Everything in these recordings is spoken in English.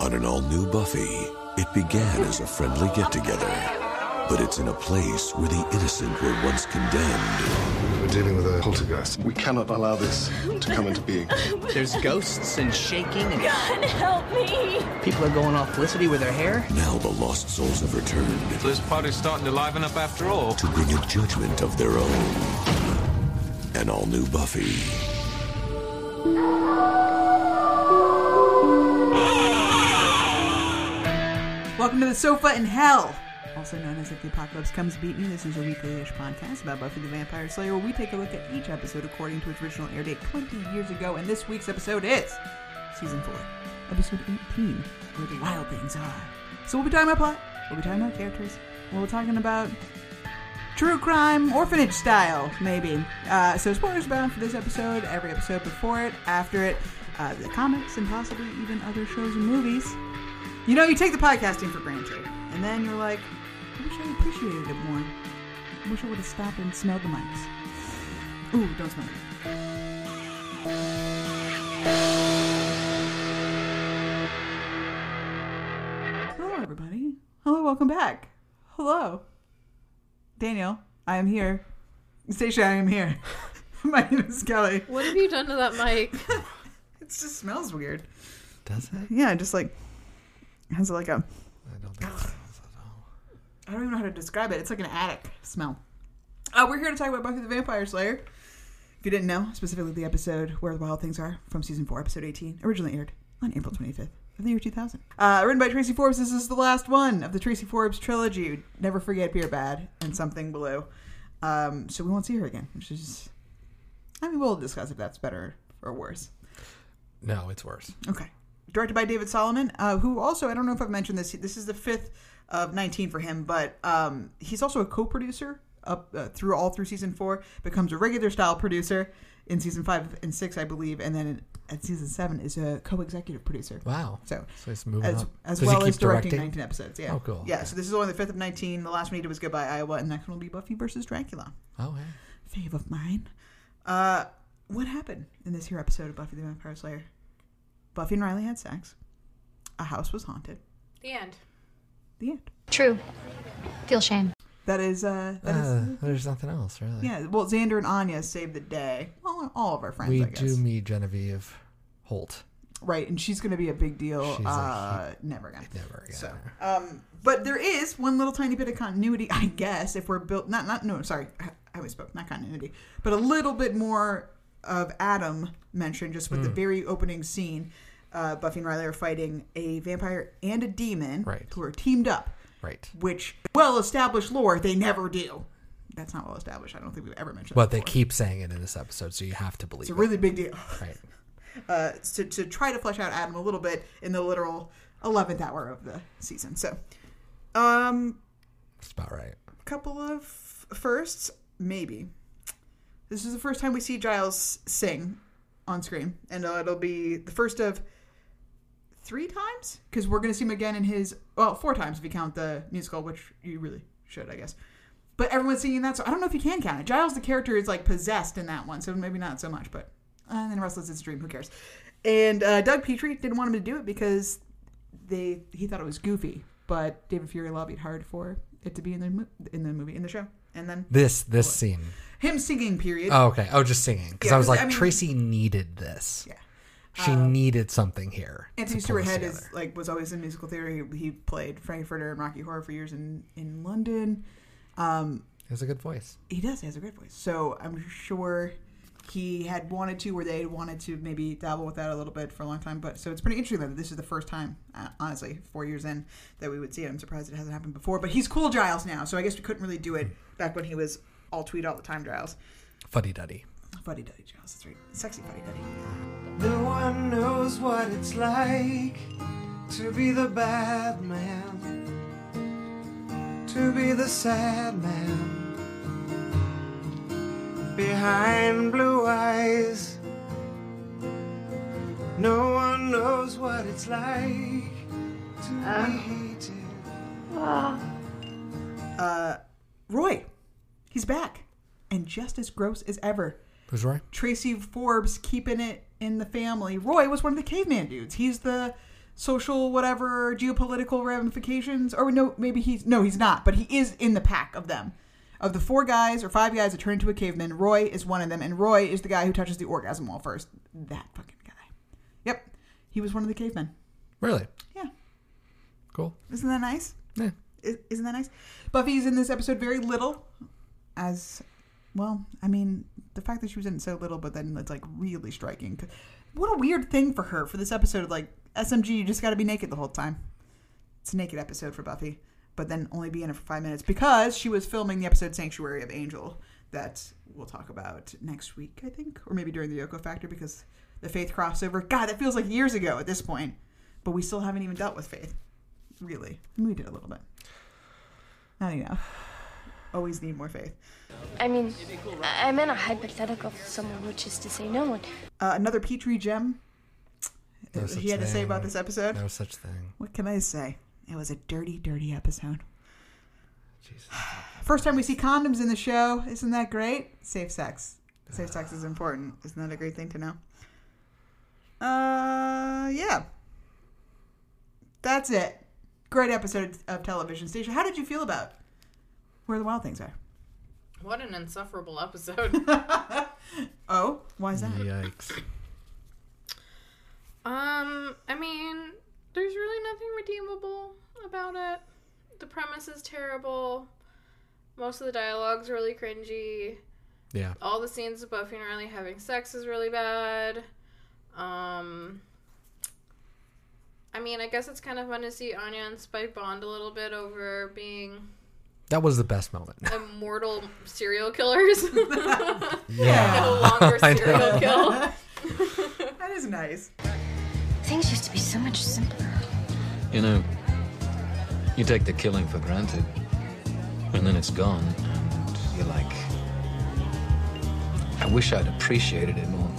On an all new Buffy, it began as a friendly get together, but it's in a place where the innocent were once condemned. We're dealing with a poltergeist. We cannot allow this to come into being. There's ghosts and shaking, and God help me! people are going off Felicity with her hair. Now the lost souls have returned So this party's starting to liven up after all. to bring a judgment of their own. An all new Buffy. Welcome to the sofa in hell. Also known as If the Apocalypse Comes Beat Me, this is a weekly ish podcast about Buffy the Vampire Slayer where we take a look at each episode according to its original air date 20 years ago, and this week's episode is Season 4, Episode 18, Where the Wild Things Are. So we'll be talking about plot, we'll be talking about characters, we'll be talking about true crime orphanage style maybe uh, so spoilers bound for this episode every episode before it after it uh, the comics and possibly even other shows and movies you know you take the podcasting for granted and then you're like i wish i appreciated it more i wish i would have stopped and smelled the mics ooh don't smell it hello everybody hello welcome back hello Daniel, I am here. Stacia, I am here. My name is Kelly. What have you done to that mic? It just smells weird. Does it? Yeah, just like has like a I don't think so. I don't even know how to describe it. It's like an attic smell. Uh, we're here to talk about Buffy the Vampire Slayer. If you didn't know, specifically the episode Where the Wild Things Are from season 4, episode 18, originally aired on April 25th of the year 2000. Uh, written by Tracy Forbes, this is the last one of the Tracy Forbes trilogy Never Forget Beer Bad and Something Blue. Um, so we won't see her again, which is. I mean, we'll discuss if that's better or worse. No, it's worse. Okay. Directed by David Solomon, uh, who also, I don't know if I've mentioned this, this is the fifth of 19 for him, but um, he's also a co producer up uh, through all through season four, becomes a regular style producer in season five and six, I believe, and then at season seven is a co executive producer. Wow. So, so he's moving As, up. as Does he well keep as directing, 19 episodes. Yeah. Oh, cool. Yeah, Okay. so this is only the fifth of 19. The last one he did was Goodbye Iowa, and next one will be Buffy versus Dracula. Oh, hey. Fave of mine. Uh, what happened in this here episode of Buffy the Vampire Slayer? Buffy and Riley had sex. A house was haunted. The end. The end. True. Feel shame. That is, uh, that is, Uh, there's nothing else, really. yeah. Well, Xander and Anya saved the day. Well, all of our friends, we I guess. do meet Genevieve Holt. Right, and she's going to be a big deal. She's a uh, never again. Never again. So, um, but there is one little tiny bit of continuity, I guess, if we're built not not no sorry, I- I always spoke not continuity, but a little bit more of Adam mentioned just Hmm. with the very opening scene. Uh, Buffy and Riley are fighting a vampire and a demon Right. who are teamed up, Right. which well established lore they never do. That's not well established. I don't think we've ever mentioned. that But they before. keep saying it in this episode, so you have to it's believe a it. really big deal Right. uh, to, to try to flesh out Adam a little bit in the literal 11th hour of the season. So, um, That's about right. couple of firsts, maybe. This is the first time we see Giles sing on screen, and uh, it'll be the first of three times because we're going to see him again in his well, four times if you count the musical, which you really should, I guess. But everyone's singing that, so I don't know if you can count it. Giles, the character, is like possessed in that one, so maybe not so much. But uh, and then Restless is a Dream. Who cares? And uh, Doug Petrie didn't want him to do it because they he thought it was goofy, but David Fury lobbied hard for it to be in the mo- in the movie in the show, and then This this scene. him singing. Period. Oh, okay. Oh, just singing. Because Yeah, I was 'cause, like, I mean- Tracy needed this. Yeah. um, She needed something here. to Anthony pull Stewart this Head is together. like was always in musical theater. He, he played Frankfurter and Rocky Horror for years in in London. Um, He has a good voice. he does he has a great voice, so I'm sure he had wanted to, or they had wanted to maybe dabble with that a little bit for a long time. But so it's pretty interesting that this is the first time, uh, honestly, four years in that we would see it. I'm surprised it hasn't happened before. But he's cool Giles now, so I guess we couldn't really do it back when he was all tweet all the time Giles. Fuddy duddy. Fuddy Duddy Giles, that's right, sexy Fuddy Duddy. No one knows what it's like to be the bad man, to be the sad man. Behind blue eyes, no one knows what it's like to be hated. Roy, he's back and just as gross as ever. Who's right? Tracy Forbes keeping it in the family. Roy was one of the caveman dudes. He's the social whatever geopolitical ramifications or no maybe he's no he's not but he is in the pack of them of the four guys or five guys that turn into a caveman roy is one of them and roy is the guy who touches the orgasm wall first that fucking guy yep he was one of the cavemen Really? yeah Cool. isn't that nice Yeah. I- isn't that nice buffy's in this episode very little as well i mean the fact that she was in it so little but then it's like really striking 'Cause- what a weird thing for her for this episode of like smg you just got to be naked the whole time it's a naked episode for buffy but then only be in it for five minutes because she was filming the episode sanctuary of angel that we'll talk about next week i think or maybe during the yoko factor because the faith crossover god that feels like years ago at this point but we still haven't even dealt with faith really I mean, we did a little bit not enough always need more faith I mean, I- I'm in a hypothetical for someone, which is to say, no one. uh, another Petri gem. No that such he had to say thing. about this episode. No such thing. What can I say? It was a dirty, dirty episode. Jesus. First time we see condoms in the show. Isn't that great? Safe sex. Safe sex is important. Isn't that a great thing to know? Uh, yeah. That's it. Great episode of television station. How did you feel about Where the Wild Things Are? What an insufferable episode. Oh, why is that? Yikes. um, I mean, there's really nothing redeemable about it. The premise is terrible. Most of the dialogue's really cringy. Yeah. All the scenes of Buffy and Riley having sex is really bad. Um, I mean, I guess it's kind of fun to see Anya and Spike bond a little bit over being That was the best moment. immortal serial killers. Yeah. no longer I serial kill. That is nice. Things used to be so much simpler. You know, you take the killing for granted, and then it's gone, and you're like, I wish I'd appreciated it more.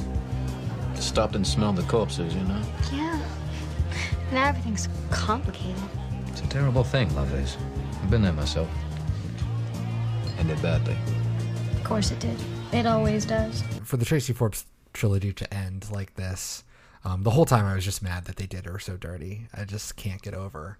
Stopped and smelled the corpses, you know? Yeah. Now everything's complicated. It's a terrible thing, love is. I've been there myself. Ended badly. Of course it did. It always does. For the Tracy Forbes trilogy to end like this, um, the whole time I was just mad that they did her so dirty. I just can't get over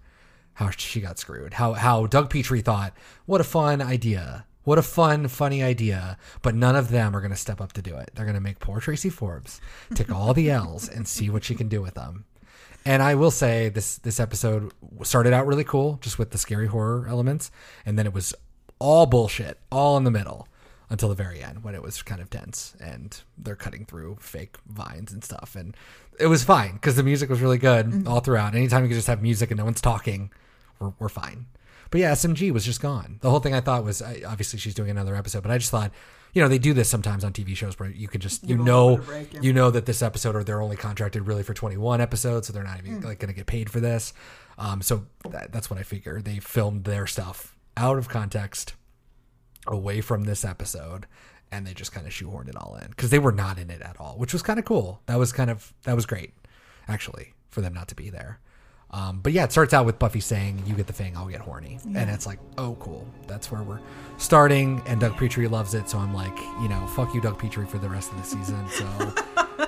how she got screwed. How how Doug Petrie thought, what a fun idea. What a fun, funny idea. But none of them are going to step up to do it. They're going to make poor Tracy Forbes take all the L's and see what she can do with them. And I will say this this episode started out really cool, just with the scary horror elements, and then it was all bullshit, all in the middle until the very end when it was kind of dense and they're cutting through fake vines and stuff and it was fine because the music was really good Mm-hmm. all throughout anytime you could just have music and no one's talking we're, we're fine but yeah smg was just gone the whole thing i thought was I, obviously she's doing another episode but i just thought you know they do this sometimes on tv shows where you can just you a know little bit of break, yeah. you know that this episode or they're only contracted really for 21 episodes so they're not even like going to get paid for this um, so that, that's what i figure they filmed their stuff out of context away from this episode and they just kind of shoehorned it all in because they were not in it at all which was kind of cool that was kind of that was great actually for them not to be there um, but yeah it starts out with buffy saying you get the thing i'll get horny and it's like oh cool that's where we're starting and doug petrie loves it so i'm like you know fuck you doug petrie for the rest of the season so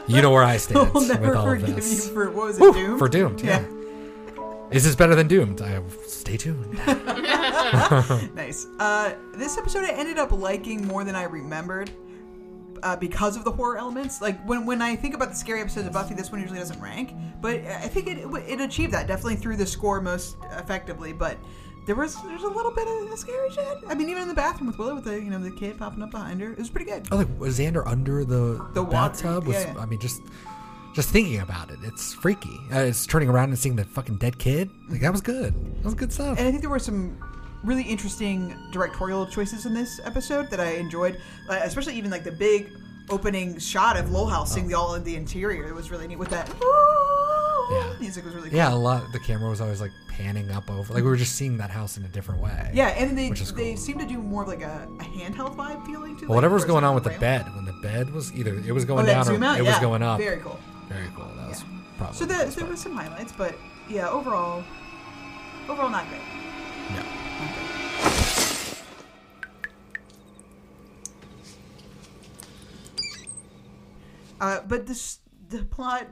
you know where i stand We'll never with all of forgive you this for what was it, Woo, Doom? for doomed yeah. is this better than doomed i stay tuned Nice. Uh, this episode I ended up liking more than I remembered uh, because of the horror elements. Like when when I think about the scary episodes of Buffy, this one usually doesn't rank, but I think it it achieved that definitely through the score most effectively. But there was there's a little bit of scary shit. I mean, even in the bathroom with Willow with the you know the kid popping up behind her, it was pretty good. Oh, like was Xander under the The the water, bathtub? Was yeah, yeah. I mean, just just thinking about it, it's freaky. Uh, it's turning around and seeing that fucking dead kid. Like that was good. That was good stuff. And I think there were some really interesting directorial choices in this episode that I enjoyed, uh, especially even like the big opening shot of Lowell House Oh. singing all in the interior. It was really neat with that. "Ooh," Yeah. Music was really cool. yeah, a lot. The camera was always like panning up over. Like we were just seeing that house in a different way. Yeah, and they Which is they cool. seem to do more of like a, a handheld vibe feeling to But whatever was like, where going it's on with the rail. bed, when the bed was either it was Oh, going that down or zoom out, it was yeah. going up. Very cool. Very cool. That was probably. So the there, best there part. was some highlights, but yeah, overall, overall not great. No. Uh, but this the plot,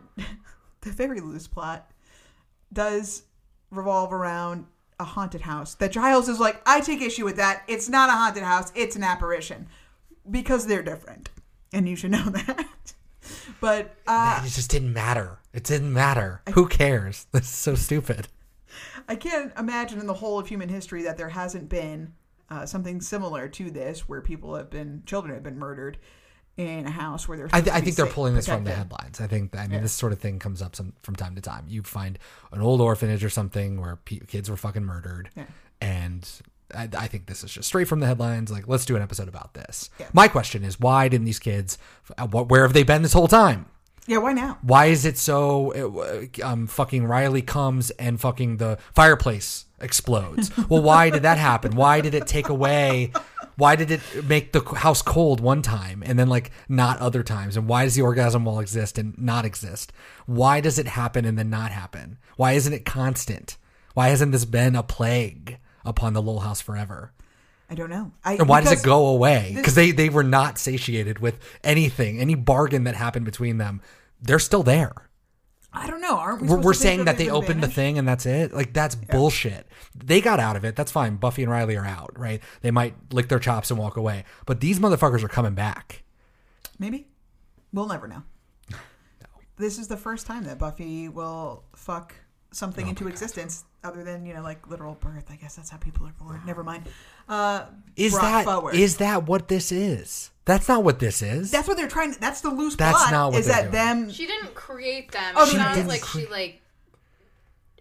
the very loose plot does revolve around a haunted house that Giles is like, I take issue with that. It's not a haunted house, it's an apparition because they're different. And you should know that. but uh, it just didn't matter. It didn't matter. Who cares? This is so stupid. I can't imagine in the whole of human history that there hasn't been uh, something similar to this where people have been, children have been murdered in a house where they're. I, supposed th- to I be think they're safe, pulling this from the protected. headlines. I think that, I mean this sort of thing comes up some from time to time. You find an old orphanage or something where pe- kids were fucking murdered, and I, I think this is just straight from the headlines. Like, let's do an episode about this. My question is, why didn't these kids? uh, wh- Where have they been this whole time? Yeah, why now? Why is it so? uh, Um, fucking Riley comes and fucking the fireplace explodes. well, why did that happen? Why did it take away? Why did it make the house cold one time and then like not other times? And why does the orgasm wall exist and not exist? Why does it happen and then not happen? Why isn't it constant? Why hasn't this been a plague upon the Lowell house forever? I don't know. I, And why does because- it go away? this- Because they, they were not satiated with anything, any bargain that happened between them. They're still there. I don't know. Aren't we? We're, supposed we're to think saying that they would opened the vanish? thing and that's it. Like, that's bullshit. They got out of it. That's fine. Buffy and Riley are out, right? They might lick their chops and walk away. But these motherfuckers are coming back. Maybe. We'll never know. This is the first time that Buffy will fuck something Oh into existence other than, you know, like literal birth. I guess that's how people are born. Never mind. Uh, Is brought that is forward. that what this is? That's not what this is. That's what they're trying to. That's the loose That's plot. not what is they're that them? She didn't create them. Oh, it she sounds didn't like she create- like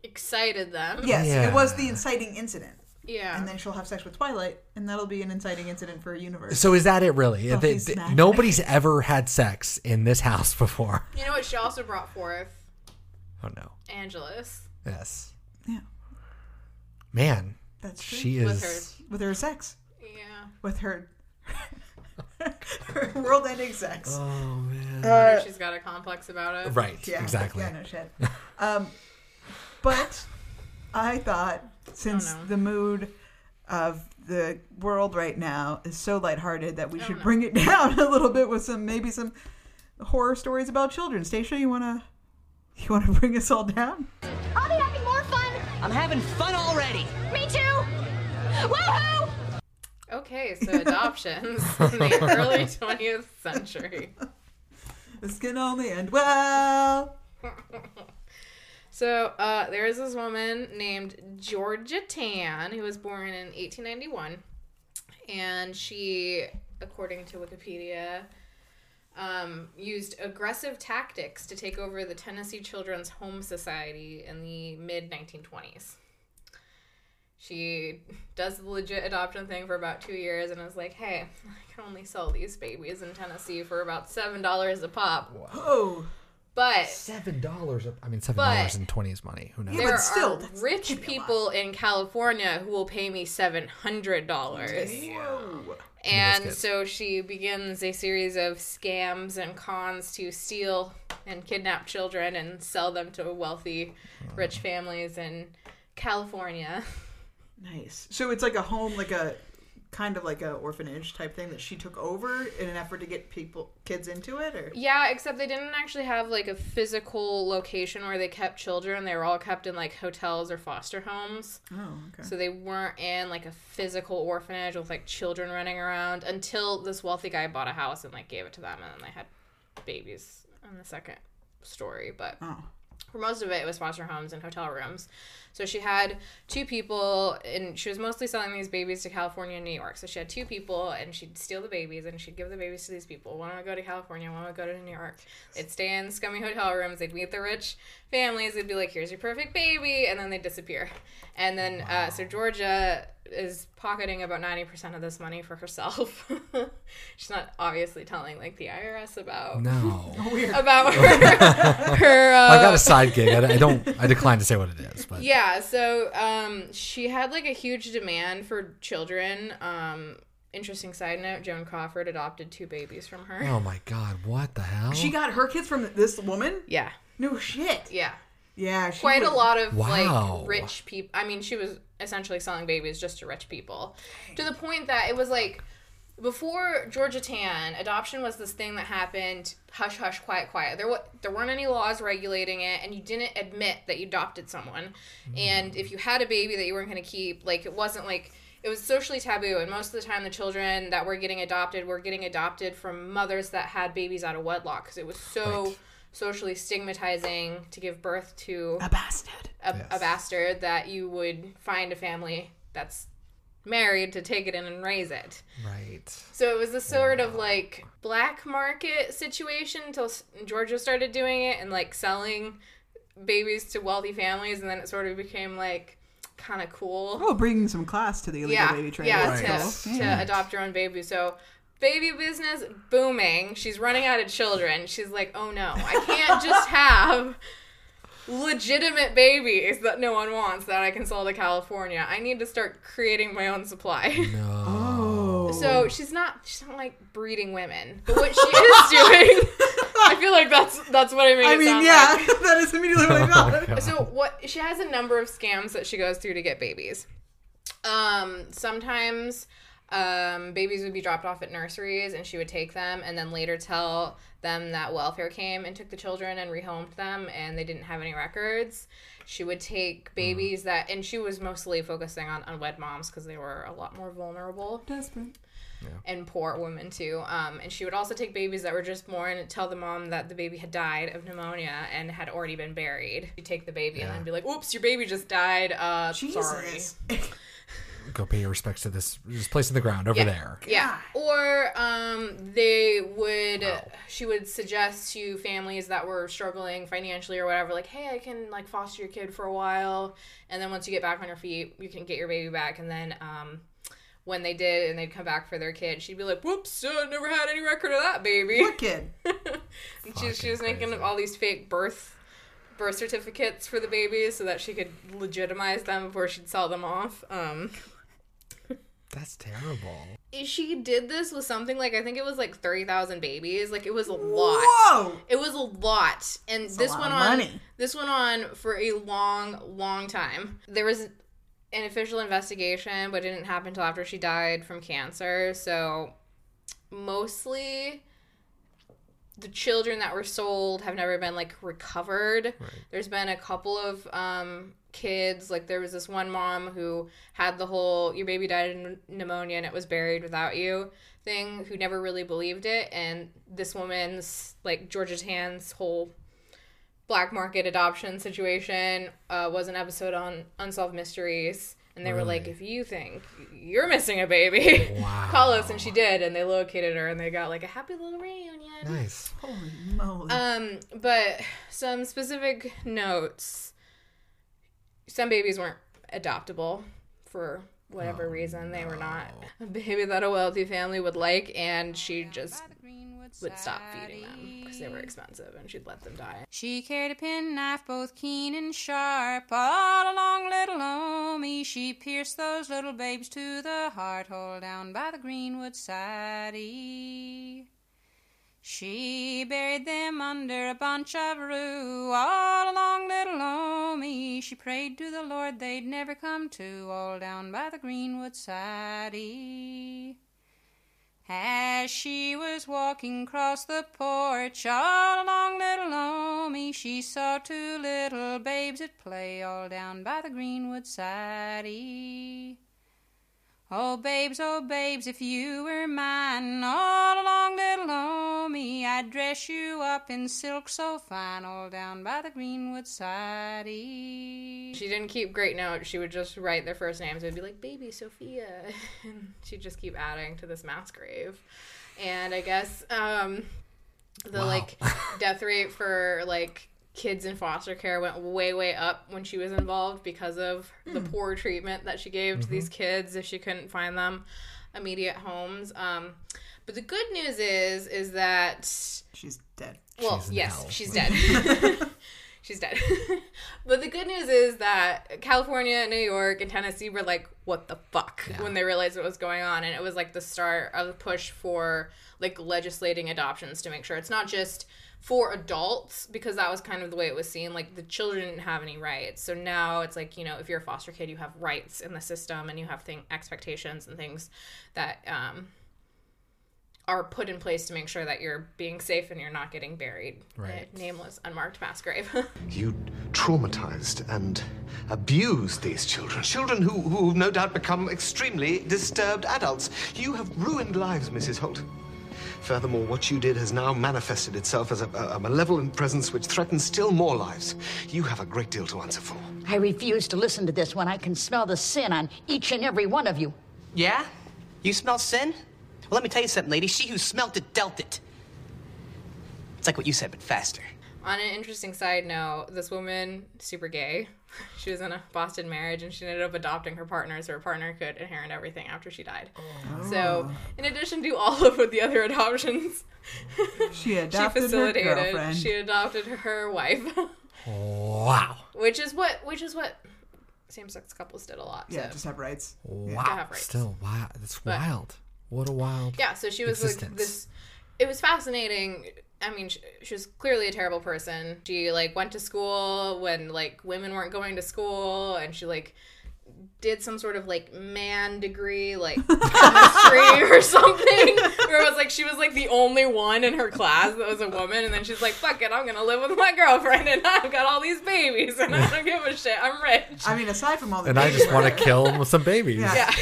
excited them. Yes, Yeah. it was the inciting incident, Yeah. and then she'll have sex with Twilight, and that'll be an inciting incident for a universe. so is that it really? They- Buffy's they- mad. nobody's ever had sex in this house before. you know what she also brought forth? Oh no. Angelus. Yes. yeah, Man, that's true. she With is with her sex, Yeah. with her, her world-ending sex. Oh, I wonder if she's got a complex about it. right. Yeah, Exactly. Yeah, no shit. Um, but I thought since Oh, no. the mood of the world right now is so lighthearted that Oh, we should bring it down a little bit with some maybe some horror stories about children. Stacia, you wanna you wanna bring us all down? I'll be having more fun. I'm having fun already. Me too. Woohoo! Okay, so adoptions in the early 20th century. This can only end well. So uh, there is this woman named Georgia Tan who was born in 1891, and she, according to Wikipedia, um, used aggressive tactics to take over the Tennessee Children's Home Society in the mid 1920s. She does the legit adoption thing for about two years and is like, hey, I can only sell these babies in Tennessee for about $7 a pop. Oh, But Seven dollars. I mean, seven dollars But- and twenty is money. Who knows? there but still, are that's rich people in California who will pay me seven hundred dollars. And so she begins a series of scams and cons to steal and kidnap children and sell them to wealthy, rich families in California. nice. So it's like a home, like a kind of like a orphanage type thing that she took over in an effort to get people kids into it, or Yeah, except they didn't actually have like a physical location where they kept children. They were all kept in like hotels or foster homes. oh, okay. So they weren't in like a physical orphanage with like children running around until this wealthy guy bought a house and like gave it to them and then they had babies in the second story. But Oh. for most of it, it was foster homes and hotel rooms. So she had two people and she was mostly selling these babies to California and New York. So she had two people and she'd steal the babies and she'd give the babies to these people. One would go to California, one would go to New York. They'd stay in scummy hotel rooms, they'd meet the rich families, they'd be like, here's your perfect baby, and then they'd disappear. And then, uh, so Georgia is pocketing about 90% of this money for herself. She's not obviously telling like the IRS about no. about her, her uh, I got a side gig. I, I don't. I decline to say what it is, but yeah, so um, she had like a huge demand for children. Um, interesting side note: Joan Crawford adopted two babies from her. oh my god, what the hell? She got her kids from this woman? Yeah, No shit. yeah, Yeah, she quite a was- lot of Wow. like rich people. I mean, she was essentially selling babies just to rich people, to the point that it was like before Georgia Tan, adoption was this thing that happened hush hush quiet quiet. There wa- there weren't any laws regulating it and you didn't admit that you adopted someone. And if you had a baby that you weren't going to keep, like it wasn't like it was socially taboo and most of the time the children that were getting adopted were getting adopted from mothers that had babies out of wedlock cuz it was so socially stigmatizing to give birth to A bastard. a, a bastard that you would find a family that's married to take it in and raise it. Right. So it was a sort of like black market situation until s- Georgia started doing it and like selling babies to wealthy families, and then it sort of became like kind of cool. Oh, bringing some class to the illegal yeah, baby trade. yeah, Right. That's to, cool. to adopt your own baby. So. Baby business booming. She's running out of children. She's like, oh no, I can't just have legitimate babies that no one wants that I can sell to California. I need to start creating my own supply. Oh. So she's not she's not like breeding women, but what she is doing, I feel like that's that's what I mean. I it mean, sound yeah, like. that is immediately what I thought. So what she has a number of scams that she goes through to get babies. Um, sometimes um, babies would be dropped off at nurseries, and she would take them, and then later tell them that welfare came and took the children and rehomed them, and they didn't have any records. She would take babies that, and she was mostly focusing on unwed moms because they were a lot more vulnerable Desperate. and poor women too. Um, and she would also take babies that were just born and tell the mom that the baby had died of pneumonia and had already been buried. She'd take the baby and then be like, "Oops, your baby just died. Uh, sorry." Jesus. Go pay your respects to this, this place in the ground over there. Yeah. Or um, they would, she would suggest to families that were struggling financially or whatever, like, hey, I can like foster your kid for a while. And then once you get back on your feet, you can get your baby back. And then um, when they did and they'd come back for their kid, she'd be like, whoops, uh, never had any record of that baby. Poor kid. And she, she was making all these fake birth birth certificates for the babies so that she could legitimize them before she'd sell them off. Um, That's terrible. she did this with something like I think it was like thirty thousand babies. Like it was a lot. Whoa. It was a lot, and this lot went of on. money. This went on for a long, long time. There was an official investigation, but it didn't happen until after she died from cancer. So mostly the children that were sold have never been like recovered. There's been a couple of um, kids, like there was this one mom who had the whole "your baby died of pneumonia and it was buried without you" thing, who never really believed it, and this woman's like Georgia Tan's whole black market adoption situation uh, was an episode on unsolved mysteries. And they were like, if you think you're missing a baby, call us. And she did. And they located her and they got like a happy little reunion. Nice. Holy moly. Um, but some specific notes. Some babies weren't adoptable for whatever Oh, reason. They were not a baby that a wealthy family would like, and she just would stop feeding them because they were expensive, and she'd let them die. She carried a penknife both keen and sharp. All along little Omi, she pierced those little babes to the heart, all down by the greenwood sidey. She buried them under a bunch of rue. All along little Omi, she prayed to the Lord they'd never come to, all down by the greenwood sidey. As she was walking across the porch, all along little Omi, she saw two little babes at play all down by the greenwood sidey. Oh, babes, oh, babes, if you were mine, all along little Omi, I'd dress you up in silk so fine all down by the greenwood sidey. She didn't keep great notes. She would just write their first names. It would be like, baby Sophia. And she'd just keep adding to this mass grave. And I guess um, the like death rate for like kids in foster care went way, way up when she was involved because of the poor treatment that she gave to these kids if she couldn't find them immediate homes. Um, but the good news is, is that She's dead. well, She's in yes, hell. she's dead. she's dead. but the good news is that California, New York, and Tennessee were like, what the fuck? When they realized what was going on. And it was like the start of the push for like legislating adoptions to make sure it's not just for adults because that was kind of the way it was seen like the children didn't have any rights so now it's like you know if you're a foster kid you have rights in the system and you have thing expectations and things that um are put in place to make sure that you're being safe and you're not getting buried Right. in a nameless, unmarked mass grave. You traumatized and abused these children. Children who, who no doubt become extremely disturbed adults. You have ruined lives, Mrs. Holt. Furthermore, what you did has now manifested itself as a, a- a malevolent presence which threatens still more lives. You have a great deal to answer for. I refuse to listen to this when I can smell the sin on each and every one of you. Yeah? You smell sin? Well, let me tell you something, lady. She who smelt it dealt it. It's like what you said, but faster. On an interesting side note, this woman, super gay, she was in a Boston marriage and she ended up adopting her partner so her partner could inherit everything after she died. Oh. So, in addition to all of the other adoptions She she adopted her facilitated, girlfriend. she adopted her wife, Wow. which is what which is what same-sex couples did a lot. Yeah, so. just have rights. Wow. To have rights. Still wow. That's But- wild. What a wild. Yeah, so she was existence. like this. It was fascinating. I mean, she, she was clearly a terrible person. She like went to school when like women weren't going to school, and she like did some sort of like man degree, like chemistry or something. Where it was like she was like the only one in her class that was a woman, and then she's like, "Fuck it, I'm gonna live with my girlfriend, and I've got all these babies, and I don't give a shit. I'm rich." I mean, aside from all the And I just want to kill 'em with some babies. Yeah.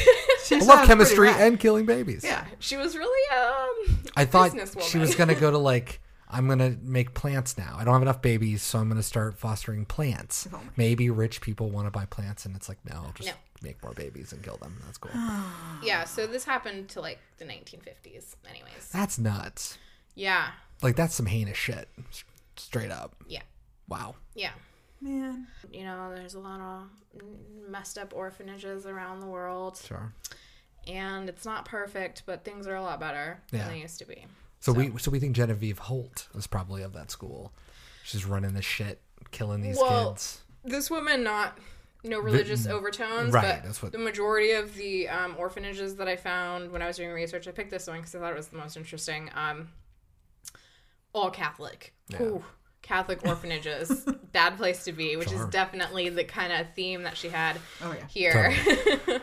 Yeah. She I sounds love pretty chemistry rad. and killing babies. Yeah, she was really um. I thought businesswoman. she was gonna go to like I'm gonna make plants now. I don't have enough babies, so I'm gonna start fostering plants. Oh Maybe rich people want to buy plants, and it's like no, I'll just No. make more babies and kill them. That's cool. yeah, so this happened to like the 1950s, anyways. That's nuts. Yeah, Like that's some heinous shit, s- straight up. yeah, Wow. yeah. Man. You know, there's a lot of mm, messed up orphanages around the world. Sure. And it's not perfect, but things are a lot better Yeah. than they used to be. So, we so we think Genevieve Holt was probably of that school. She's running the shit, killing these well, kids. this woman not no religious mm, overtones, right, but that's what- the majority of the um, orphanages that I found when I was doing research, I picked this one because I thought it was the most interesting. Um, all Catholic. Yeah. Ooh, Catholic orphanages, bad place to be, which Sure. is definitely the kind of theme that she had oh, yeah. here.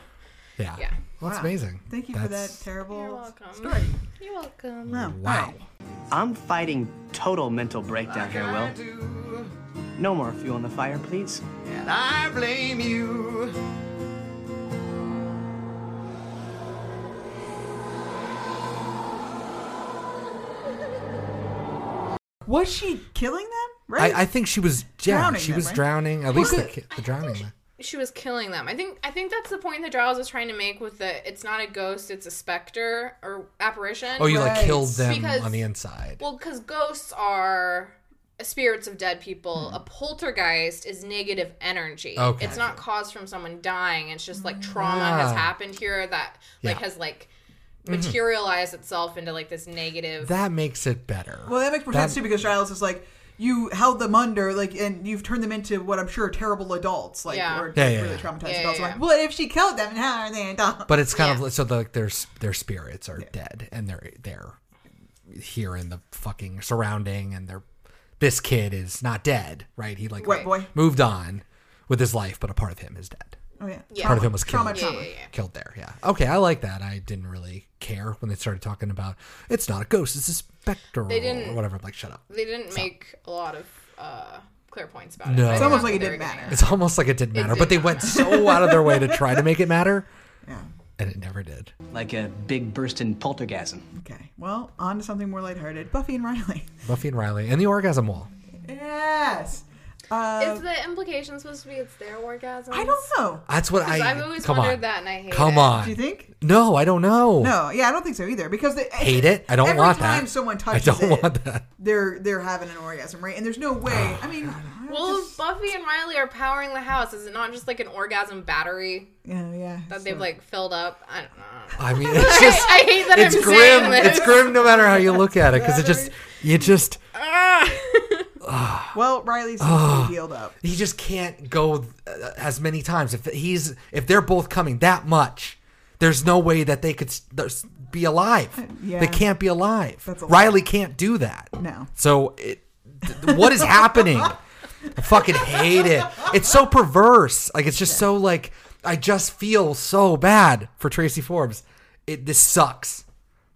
Yeah. Well, that's amazing. Thank you That's- for that terrible You're welcome. story. Oh, You're welcome. Wow. I'm fighting total mental breakdown here, Will. No more fuel in the fire, please. And I blame you. Was she killing them? Right? I, I think she was yeah, Drowning she them, was right? drowning. At Was least the, it- ki- the drowning. she was killing them. I think I think that's the point that Giles was trying to make with the it's not a ghost, it's a specter or apparition. Oh, you like killed them on the inside. Well, because ghosts are spirits of dead people. A poltergeist is negative energy. Hmm. Okay. It's not caused from someone dying. It's just like trauma has Ah. happened here that like Yeah. has like Mhm. materialized itself into like this negative. That makes it better. Well, that makes more That- sense too because Giles is like, you held them under, like, and you've turned them into what I'm sure are terrible adults, like, Yeah. or Yeah, yeah, really yeah. traumatized Yeah, adults. yeah, I'm like, what if she killed them? And how are they adults? But it's kind of of so like their s- their spirits are dead and they're they're here in the fucking surrounding and they're this kid is not dead, right? He like Right, boy. moved on with his life, but a part of him is dead. Oh, yeah. Part of him was killed. Trauma, trauma. Killed there, yeah. Okay, I like that. I didn't really care when they started talking about it's not a ghost, it's a specter They didn't- or whatever. I'm like, shut up. They didn't make a lot of uh, clear points about it. No. I It's thought almost that like it they were didn't gonna- It's almost like it didn't matter, but they went so out of their way to try to make it matter, Yeah. and it never did. Like a big burst in poltergasm. Okay. Well, on to something more lighthearted Buffy and Riley. Buffy and Riley and the orgasm wall. Yes. Uh, Is the implication supposed to be it's their orgasm? I don't know. That's what 'Cause I. I've always come wondered on. that and I hate Come it. on. Do you think? No, I don't know. No, yeah, I don't think so either. Because they, Hate it? I don't every want time that. someone I touches don't it, want that. they're they're having an orgasm, right? And there's no way. I mean, Well, if Buffy and Riley are powering the house. Is it not just like an orgasm battery yeah, yeah. that they've like filled up? I don't know. I mean, it's I- just. I hate that it's I'm grim. saying this. It's grim no matter how you look at it because it just. You just. Ah. Well, Riley's Ah. healed up. He just can't go uh, as many times. If he's if they're both coming that much, there's no way that they could s- there's- be alive. Uh, Yeah. They can't be alive. That's a lot. Riley can't do that. No. So it, th- th- what is happening? I fucking hate it. It's so perverse. Like it's just so like I just feel so bad for Tracy Forbes. It this sucks.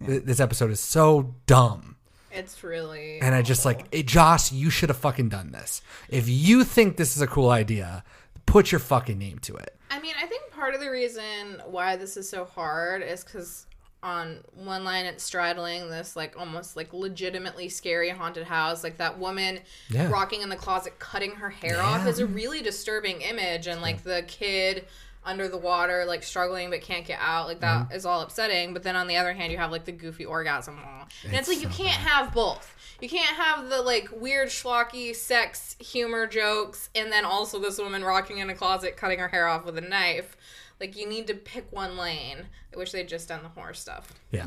Th- This episode is so dumb. It's really. And I just like, eh, Joss, you should have fucking done this. If you think this is a cool idea, put your fucking name to it. I mean, I think part of the reason why this is so hard is because on one line it's straddling this like almost like legitimately scary haunted house like that woman Yeah. rocking in the closet cutting her hair off Yeah. is a really disturbing image and like the kid under the water like struggling but can't get out like that is Mm-hmm. Mhm. all upsetting but then on the other hand you have like the goofy orgasm wall and it's, It's like you so can't have both you can't have the like weird schlocky sex humor jokes and then also this woman rocking in a closet cutting her hair off with a knife. Like you need to pick one lane. I wish they'd just done the horror stuff. Yeah.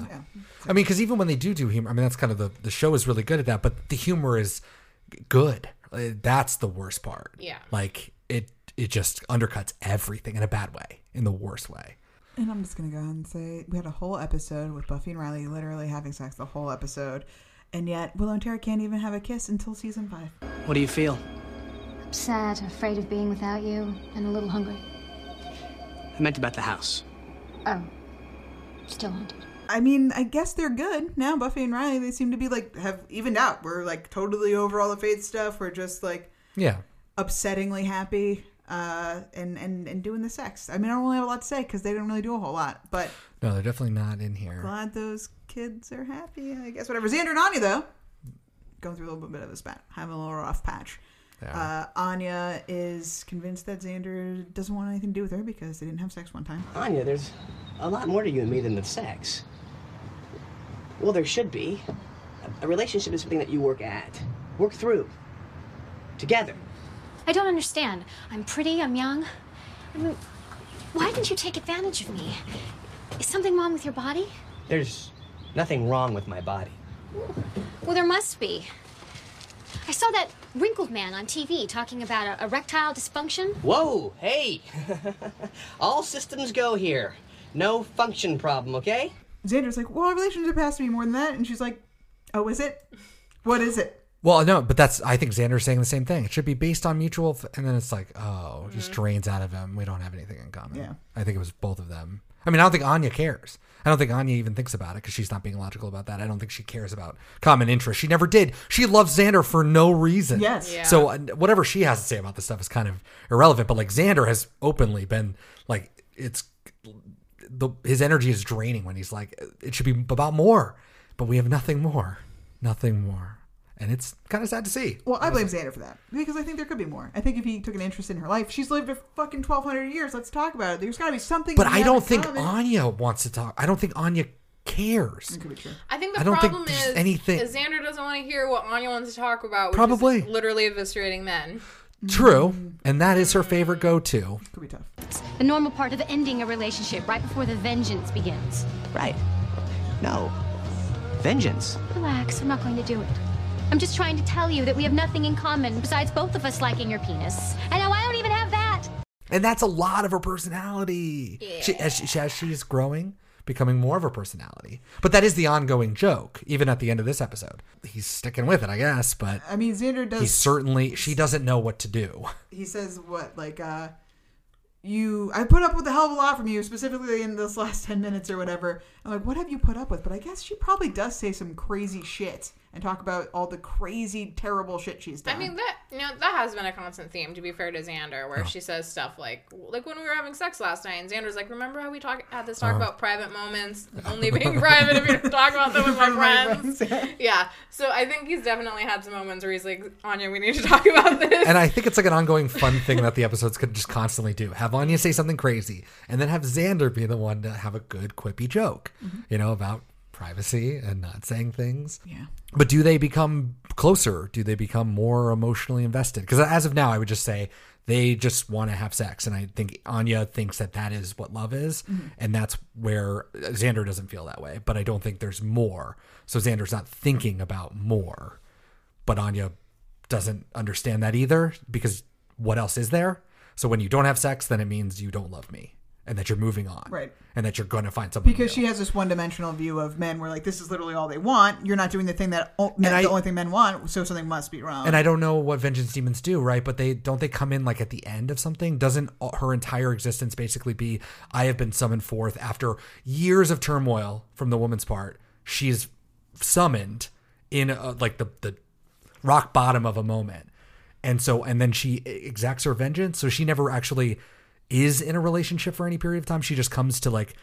I mean, because even when they do do humor, I mean, that's kind of the, the show is really good at that, but the humor is good. Uh, That's the worst part. Yeah. Like, it, it just undercuts everything in a bad way, in the worst way. And I'm just gonna go ahead and say we had a whole episode with Buffy and Riley literally having sex the whole episode, and yet Willow and Tara can't even have a kiss until season five. What do you feel? I'm sad, afraid of being without you, and a little hungry. I meant about the house. Oh, still haunted. I mean, I guess they're good now. Buffy and Riley, they seem to be like have evened out. We're like totally over all the faith stuff. We're just like Yeah. upsettingly happy uh, and and and doing the sex. I mean, I don't really have a lot to say because they don't really do a whole lot. But No, they're definitely not in here. glad those kids are happy. I guess whatever. Xander and Anya though, going through a little bit of a spat, having a little rough patch. Uh, Anya is convinced that Xander doesn't want anything to do with her because they didn't have sex one time. Anya, there's a lot more to you and me than the sex. Well, there should be. A, a relationship is something that you work at, work through, together. I don't understand. I'm pretty, I'm young. I mean, why didn't you take advantage of me? Is something wrong with your body? There's nothing wrong with my body. Well, there must be. I saw that wrinkled man on TV talking about a erectile dysfunction. Whoa, hey! All systems go here. No function problem, okay? Xander's like, well, our relationship has to be more than that, and she's like, oh, is it? What is it? Well, no, but that's I think Xander's saying the same thing. It should be based on mutual, f- and then it's like, oh, it just drains out of him. We don't have anything in common. Yeah. I think it was both of them. I mean, I don't think Anya cares. I don't think Anya even thinks about it because she's not being logical about that. I don't think she cares about common interest. She never did. She loves Xander for no reason. Yes. Yeah. So uh, whatever she has to say about this stuff is kind of irrelevant. But like Xander has openly been like, it's the his energy is draining when he's like, it should be about more, but we have nothing more, nothing more, and it's kind of sad to see. Well, I blame Xander for that because I think there could be more. I think if he took an interest in her life, she's lived a fucking twelve hundred years. Let's talk about it. There's got to be something. But we I have don't in think common. Anya wants to talk. I don't think Anya cares. could be true. I think the I don't think problem there's is anything- is Xander doesn't want to hear what Anya wants to talk about. Which Probably. is literally eviscerating men. Mm-hmm. True, and that is her favorite go-to. Could be tough. The normal part of ending a relationship right before the vengeance begins. Right. No. Vengeance. Relax, I'm not going to do it. I'm just trying to tell you that we have nothing in common besides both of us liking your penis. And now I don't even have that. And that's a lot of her personality. She, as, she, as she's growing, becoming more of her personality. But that is the ongoing joke, even at the end of this episode. He's sticking with it, I guess. But I mean, Xander does. he certainly she doesn't know what to do. he says what like uh you i put up with a hell of a lot from you specifically in this last 10 minutes or whatever i'm like what have you put up with but i guess she probably does say some crazy shit and talk about all the crazy terrible shit she's done I mean that you know that has been a constant theme. To be fair to Xander, where Oh. she says stuff like like when we were having sex last night, and Xander's like, "Remember how we talk had this talk Uh-huh. about private moments, only being private if you don't talk about them with my friends." yeah, so I think he's definitely had some moments where he's like, "Anya, we need to talk about this." and I think it's like an ongoing fun thing that the episodes could just constantly do. Have Anya say something crazy, and then have Xander be the one to have a good quippy joke, Mhm. you know, about privacy and not saying things. Yeah. But do they become closer? Do they become more emotionally invested? Because as of now, I would just say they just want to have sex, and I think Anya thinks that that is what love is, Mhm. and that's where Xander doesn't feel that way. But I don't think there's more. So Xander's not thinking about more but Anya doesn't understand that either because what else is there? So when you don't have sex, then it means you don't love me and that you're moving on. Right. And that you're going to find something. because she has this one-dimensional view of men where like this is literally all they want you're not doing the thing that o- And I- the only thing men want so something must be wrong and I don't know what vengeance demons do, right? But they don't they come in like at the end of something? Doesn't all- her entire existence basically be I have been summoned forth after years of turmoil from the woman's part she's summoned in a, like the the rock bottom of a moment, and so and then she e, exacts her vengeance. So she never actually is in a relationship for any period of time. She just comes to like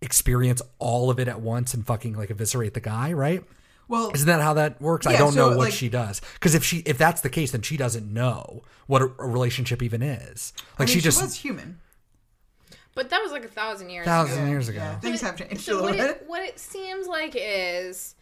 experience all of it at once and fucking like eviscerate the guy, right? Well, isn't that how that works? I yeah, don't so, know what like- she does because if she if that's the case, then she doesn't know what a, a relationship even is. Like I mean, she just was human. But that was like a thousand years thousand ago. years ago. Things have changed a So little what bit. it, what it seems like is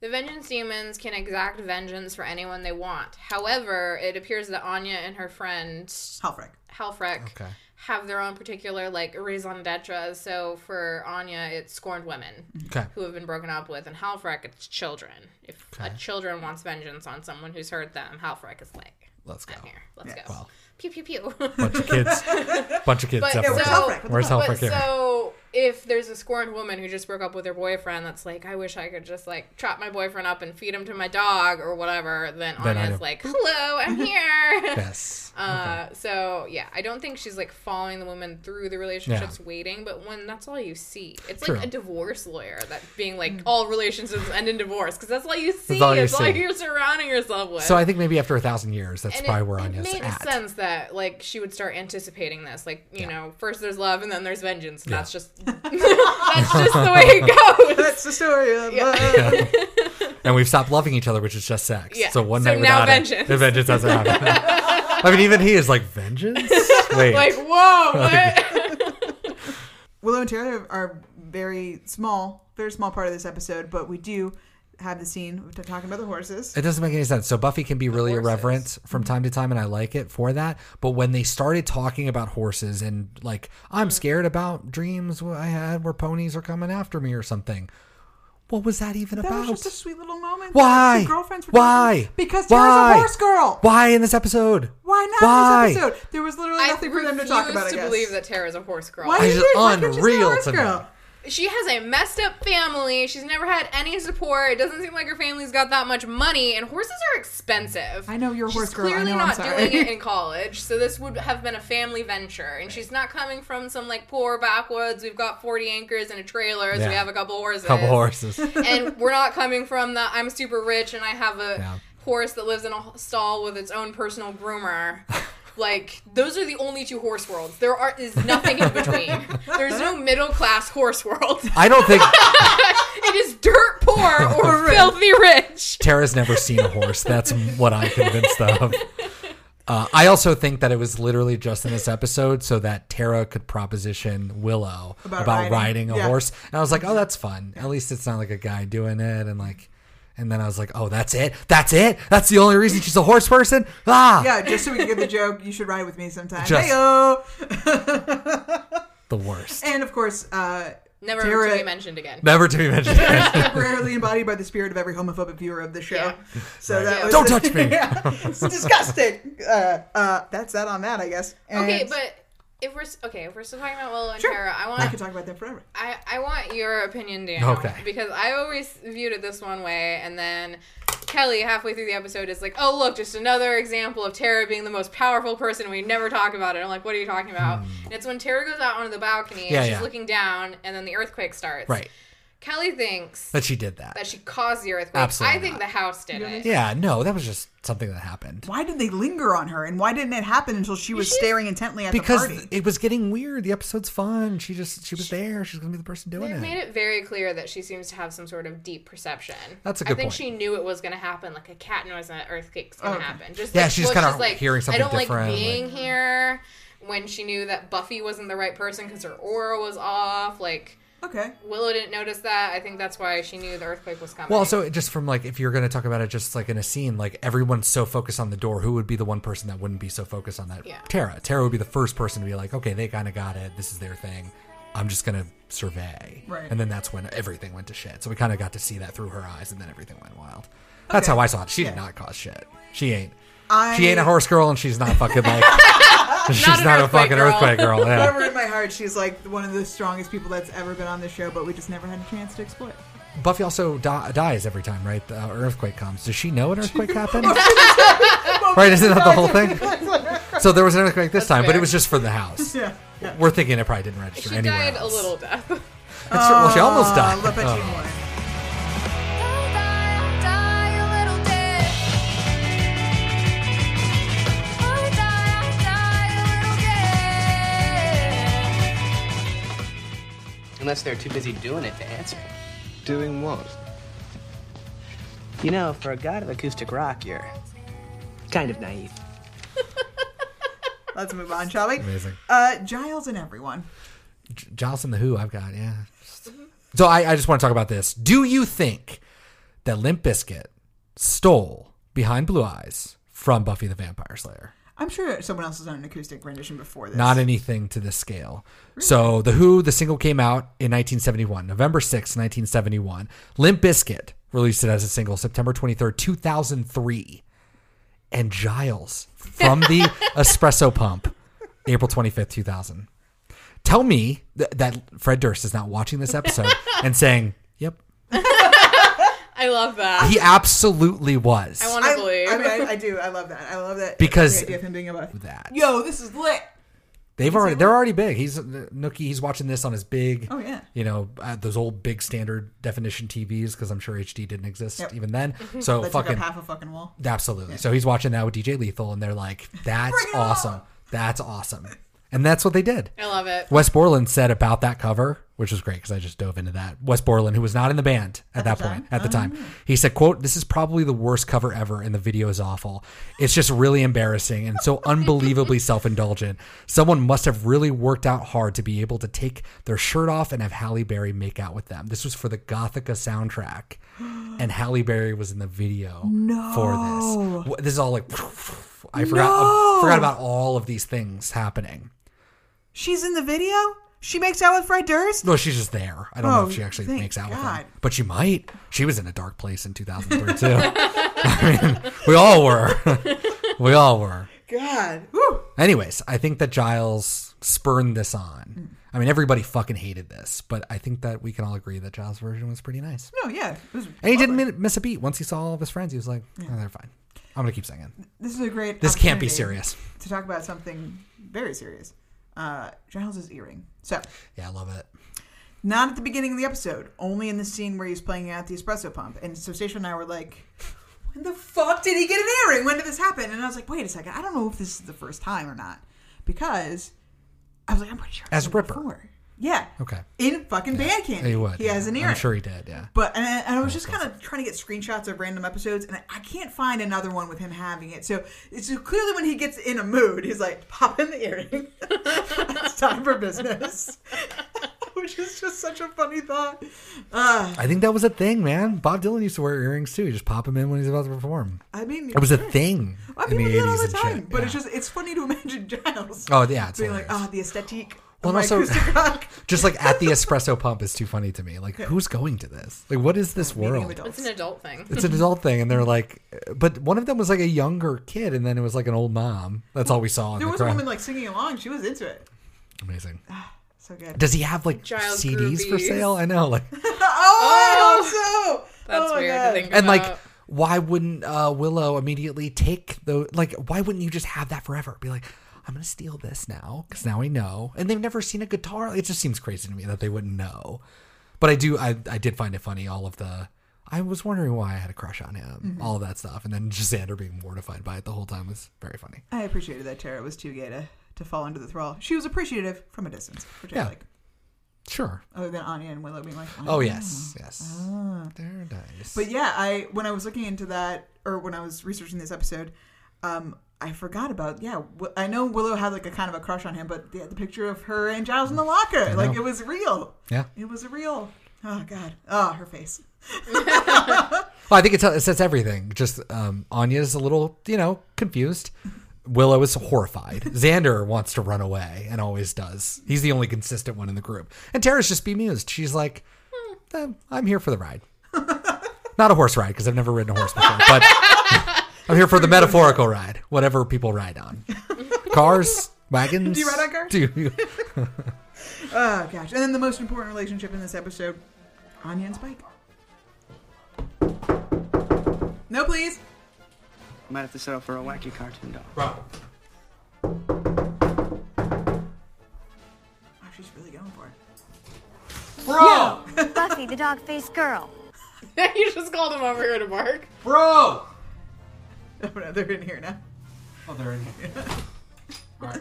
the vengeance demons can exact vengeance for anyone they want. However, it appears that Anya and her friend Halfrek Halfrek Okay. have their own particular like raison d'etre. So for Anya, it's scorned women Okay. who have been broken up with, and Halfrek it's children. If Okay. a children wants vengeance on someone who's hurt them, Halfrek is like, Let's go. let's Yeah. go. Wow. Pew pew pew. Bunch of kids. Bunch of kids. But, definitely. so, Where's but Helfrich here? so if there's a scorned woman who just broke up with her boyfriend that's like, I wish I could just like trap my boyfriend up and feed him to my dog or whatever, then Then I Anya's don't- like, Hello, I'm here. Yes. Uh, So yeah, I don't think she's like following the woman through the relationships, waiting. But when that's all you see, it's True. like a divorce lawyer that being Mm. like all relationships end in divorce because that's all you see. all you it's all see. you're surrounding yourself with. So I think maybe after a thousand years, that's And probably it- where Anya's It made at. sense that like she would start anticipating this, like you know, first there's love and then there's vengeance. And That's just that's just the way it goes. That's the story of uh, Yeah. Yeah. and we've stopped loving each other, which is just sex. Yeah. So one So night now without vengeance. it, the vengeance doesn't happen. I mean, even he is like vengeance. Wait, like whoa, what? Willow and Tara are very small, very small part of this episode, but we do have the scene of talking about the horses. It doesn't make any sense. So Buffy can be really irreverent from Mm-hmm. time to time, and I like it for that. But when they started talking about horses and like, Mm-hmm. I'm scared about dreams I had where ponies are coming after me or something. What was that even That about? was just a sweet little moment. that Why? The girlfriends were Why? dancing. Because Tara's Why? a horse girl. Why in this episode? Why not Why? in this episode? There was literally I nothing for them to talk about. refuse I to guess. believe that Tara's a horse girl. Why It's did it? Why couldn't you say unreal horse to me. girl? She has a messed up family. She's never had any support. It doesn't seem like her family's got that much money, and horses are expensive. I know you're a She's horse girl. I clearly know, I'm not sorry. doing it in college, so this would have been a family venture. And she's not coming from some like poor backwoods. We've got 40 acres and a trailer, so Yeah. we have a couple horses. Couple horses. and we're not coming from the I'm super rich and I have a Yeah. horse that lives in a stall with its own personal groomer. Like those are the only two horse worlds. There are is nothing in between. There's no middle class horse world. I don't think It is dirt poor or filthy rich. Tara's never seen a horse. That's what I'm convinced of. Uh, I also think that it was literally just in this episode so that Tara could proposition Willow About about, riding. riding. a Yeah. horse, and I was like, "Oh, that's fun. At least it's not like a guy doing it." And like, and then I was like, "Oh, that's it. That's it. That's the only reason she's a horse person." Ah, Yeah, just so we can get the joke. You should ride with me sometime. Just- Heyo. the worst. And of course, uh, Never Tara- to be mentioned again. Never to be mentioned. again. temporarily embodied by the spirit of every homophobic viewer of the show. So that was Don't touch me. Yeah. it's disgusting. Uh, uh, that's that on that, I guess. And Okay, but if we're s- okay, if we're still talking about Willow and Tara, I I want could talk about that forever. I, I want your opinion, Dan. Okay. Because I always viewed it this one way, and then Kelly, halfway through the episode, is like, oh, look, just another example of Tara being the most powerful person. We never talk about it. I'm like, what are you talking about? And it's when Tara goes out onto the balcony Hmm. Yeah, and she's yeah. looking down, and then the earthquake starts. Right, Kelly thinks that she did that. that she caused the earthquake. Absolutely I think not. the house did it. Yeah, no, that was just something that happened. Why did they linger on her, and why didn't it happen until she was staring intently at Because the party? it was getting weird. The episode's fun. She just she was there. She's gonna be the person doing They've it. made it very clear that she seems to have some sort of deep perception. That's a I good think point. Oh, she knew it was going to happen, like a cat knows an earthquake's going to happen. Just Yeah, like, she's well, kinda like, hearing something I don't different, like like- being here. When she knew that Buffy wasn't the right person because her aura was off, like okay. Willow didn't notice that. I think that's why she knew the earthquake was coming. Well, also just from like if you're going to talk about it, just like in a scene, like everyone's so focused on the door. Who would be the one person that wouldn't be so focused on that? Yeah. Tara. Tara would be the first person to be like, okay, they kind of got it. This is their thing. I'm just going to survey. Right. And then that's when everything went to shit. So we kind of got to see that through her eyes, and then everything went wild. That's how I saw it. She did not cause shit. She ain't. I- She ain't a horse girl, and she's not fucking like. she's an not, a earthquake fucking girl. earthquake girl. Yeah. Forever in my heart, she's like one of the strongest people that's ever been on the show, but we just never had a chance to exploit. Buffy also di- dies every time, right? The uh, earthquake comes. Does she know an earthquake happened? right? Isn't that the whole thing? so there was an earthquake this time, but fair. it was just for the house. Yeah. yeah. We're thinking it probably didn't register she anywhere. died a else. little death. It's- well, Ah, she almost Uh, died. Lepetit Oh. Moore. Unless they're too busy doing it to answer. Doing what? You know, for a god of acoustic rock, you're kind of naive. Let's move on, shall we? Amazing. Uh, Giles and everyone. J- Jocelyn the Who I've got, yeah. Mm-hmm. So I, I just want to talk about this. Do you think that Limp Biscuit stole Behind Blue Eyes from Buffy the Vampire Slayer? I'm sure someone else has done an acoustic rendition before this. Not anything to this scale. So The Who, the single came out in 1971, November 6, 1971. Limp Bizkit released it as a single September 23rd, 2003. And Giles from the Espresso Pump, April 25th, 2000. Tell me th- that Fred Durst is not watching this episode and saying, yep, I love that. he absolutely was. I want to believe. I, mean, I, I do. I love that. I love that. Because- the idea of him being about that. Yo, this is lit. They've already they're already big. He's Nookie. He's watching this on his big. Oh, yeah. You know uh, those old big standard definition TVs because I'm sure HD didn't exist Yep. even then. So that fucking took up half a fucking wall. absolutely. So he's watching that with DJ Lethal, and they're like, "That's awesome. That's awesome." And that's what they did. I love it. Wes Borland said about that cover, which was great because I just dove into that. Wes Borland, who was not in the band at, that point, at the time, Oh. he said, "quote This is probably the worst cover ever, and the video is awful. It's just really embarrassing and so unbelievably self-indulgent. Someone must have really worked out hard to be able to take their shirt off and have Halle Berry make out with them. This was for the Gothica soundtrack, and Halle Berry was in the video for this. Wh- This is all like." I forgot I forgot about all of these things happening. She's in the video. She makes out with Fred Durst. No, she's just there. I don't know Oh, if she actually thank makes out with God. him, but she might. She was in a dark place in 2003 too. I mean, we all were. we all were. God. Woo. Anyways, I think that Giles spurned this on. I mean, everybody fucking hated this, but I think that we can all agree that Giles' version was pretty nice. No, Oh, yeah. It was, And he didn't mi- miss a beat. Once he saw all of his friends, he was like, oh, "They're fine. I'm gonna keep singing." this is a great. This can't be opportunity serious. To talk about something very serious. Uh, Giles's earring. So, Yeah, I love it. not at the beginning of the episode. Only in the scene where he's playing out the espresso pump. And so, Stacia and I were like, "When the fuck did he get an earring? When did this happen?" And I was like, "Wait a second. I don't know if this is the first time or not, because I was like, I'm pretty sure I've As seen it Ripper. before. Yeah. Okay. In fucking band candy. He would. He has an earring. I'm sure he did. Yeah. But and I, and I was just kind of trying to get screenshots of random episodes, and I, I can't find another one with him having it. So it's so clearly when he gets in a mood, he's like, "Pop in the earring. it's time for business," which is just such a funny thought. Uh, I think that was a thing, man. Bob Dylan used to wear earrings too. He just pop them in when he's about to perform. I mean, It was a sure. thing Well, in people the do that all eighties the and time, shit. but yeah. it's just it's funny to imagine Giles. Oh, yeah, it's being like, hilarious. "Ah, the aesthetique." Well, Well, and also- also, acoustic rock. just like at the espresso pump is too funny to me. Like, who's going to this? Like, what is this Meeting of world? It's an adult thing. It's an adult thing, and they're like, but one of them was like a younger kid, and then it was like an old mom. That's all we saw. In There the was a crowd. woman like singing along. She was into it. Amazing. So good. Does he have like Child CDs for groupies. sale? I know, like, oh, I hope so. That's oh, my weird God. to think and about. like, why wouldn't uh, Willow immediately take the like? Why wouldn't you just have that forever? Be like. I'm gonna steal this now because now I know, and they've never seen a guitar. It just seems crazy to me that they wouldn't know. But I do. I I did find it funny. All of the. I was wondering why I had a crush on him. All of that stuff, and then just Xander being mortified by it the whole time was very funny. I appreciated that Tara was too gay to, to fall under the thrall. She was appreciative from a distance, which Yeah. I like. Sure. Other than Anya and Willow being like, Oh yes, yes. They're nice. But yeah, I when I was looking into that, or when I was researching this episode, um, I forgot about yeah. Wi- I know Willow had like a kind of a crush on him, but the, the picture of her and Giles in the locker, like Mm. know. it was real. Yeah. It was real. Oh God. Oh, her face. Well, I think it, tell- it says everything. Just um, Anya's a little, you know, confused. Willow is horrified. Xander wants to run away and always does. He's the only consistent one in the group. And Tara's just bemused. She's like, "Eh, I'm here for the ride. Not a horse ride because I've never ridden a horse before, but I'm here for the metaphorical ride, whatever people ride on. Cars, wagons. Do you ride on cars? Do you? Oh gosh. And then the most important relationship in this episode, Anya and Spike. No, please. Might have to settle for a wacky cartoon dog. Oh, she's really going for it. Bro! Buffy, the dog faced girl. you just called him over here to Mark. Bro! Oh, no, they're in here now. Oh, they're in here.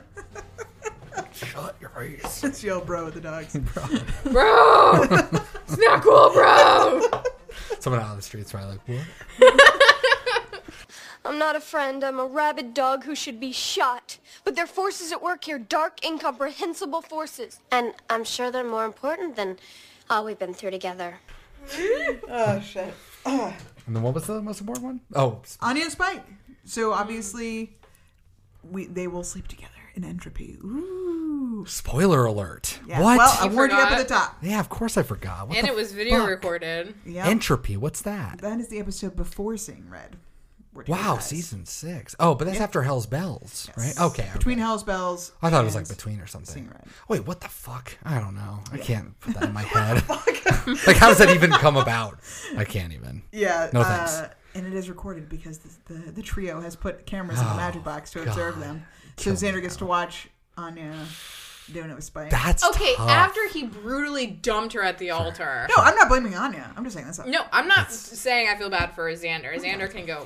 Shut your face. Let's yell bro at the dogs. Bro. Bro! it's not cool, bro! Someone out on the street's probably like, what? I'm not a friend. I'm a rabid dog who should be shot. But there are forces at work here, dark, incomprehensible forces. And I'm sure they're more important than all we've been through together. oh shit. Oh. And then what was the most important one? Oh, Anya and Spike. So obviously, we they will sleep together in entropy. Ooh. spoiler alert. Yeah. What? Well, uh, I warned you up at the top. yeah, of course I forgot. What and the it was video fuck? recorded. Entropy. What's that? That is the episode before Seeing Red. We're doing Wow, that. season six. Oh, but that's Yeah. after Hell's Bells, Yes. right? Okay. Between Hell's Bells. I thought it was and- like between or something. Seeing Red. Wait, what the fuck? I don't know. I can't put that in my head. like, how does that even come about? I can't even. Yeah. No uh, thanks. and it is recorded because the, the, the trio has put cameras in the Oh, magic box to observe them. So Kill me Xander gets to watch Anya doing it with Spike. That's Okay, after he brutally dumped her at the altar. No, I'm not blaming Anya. I'm just saying that's No, I'm not saying I feel bad for Xander. Xander can go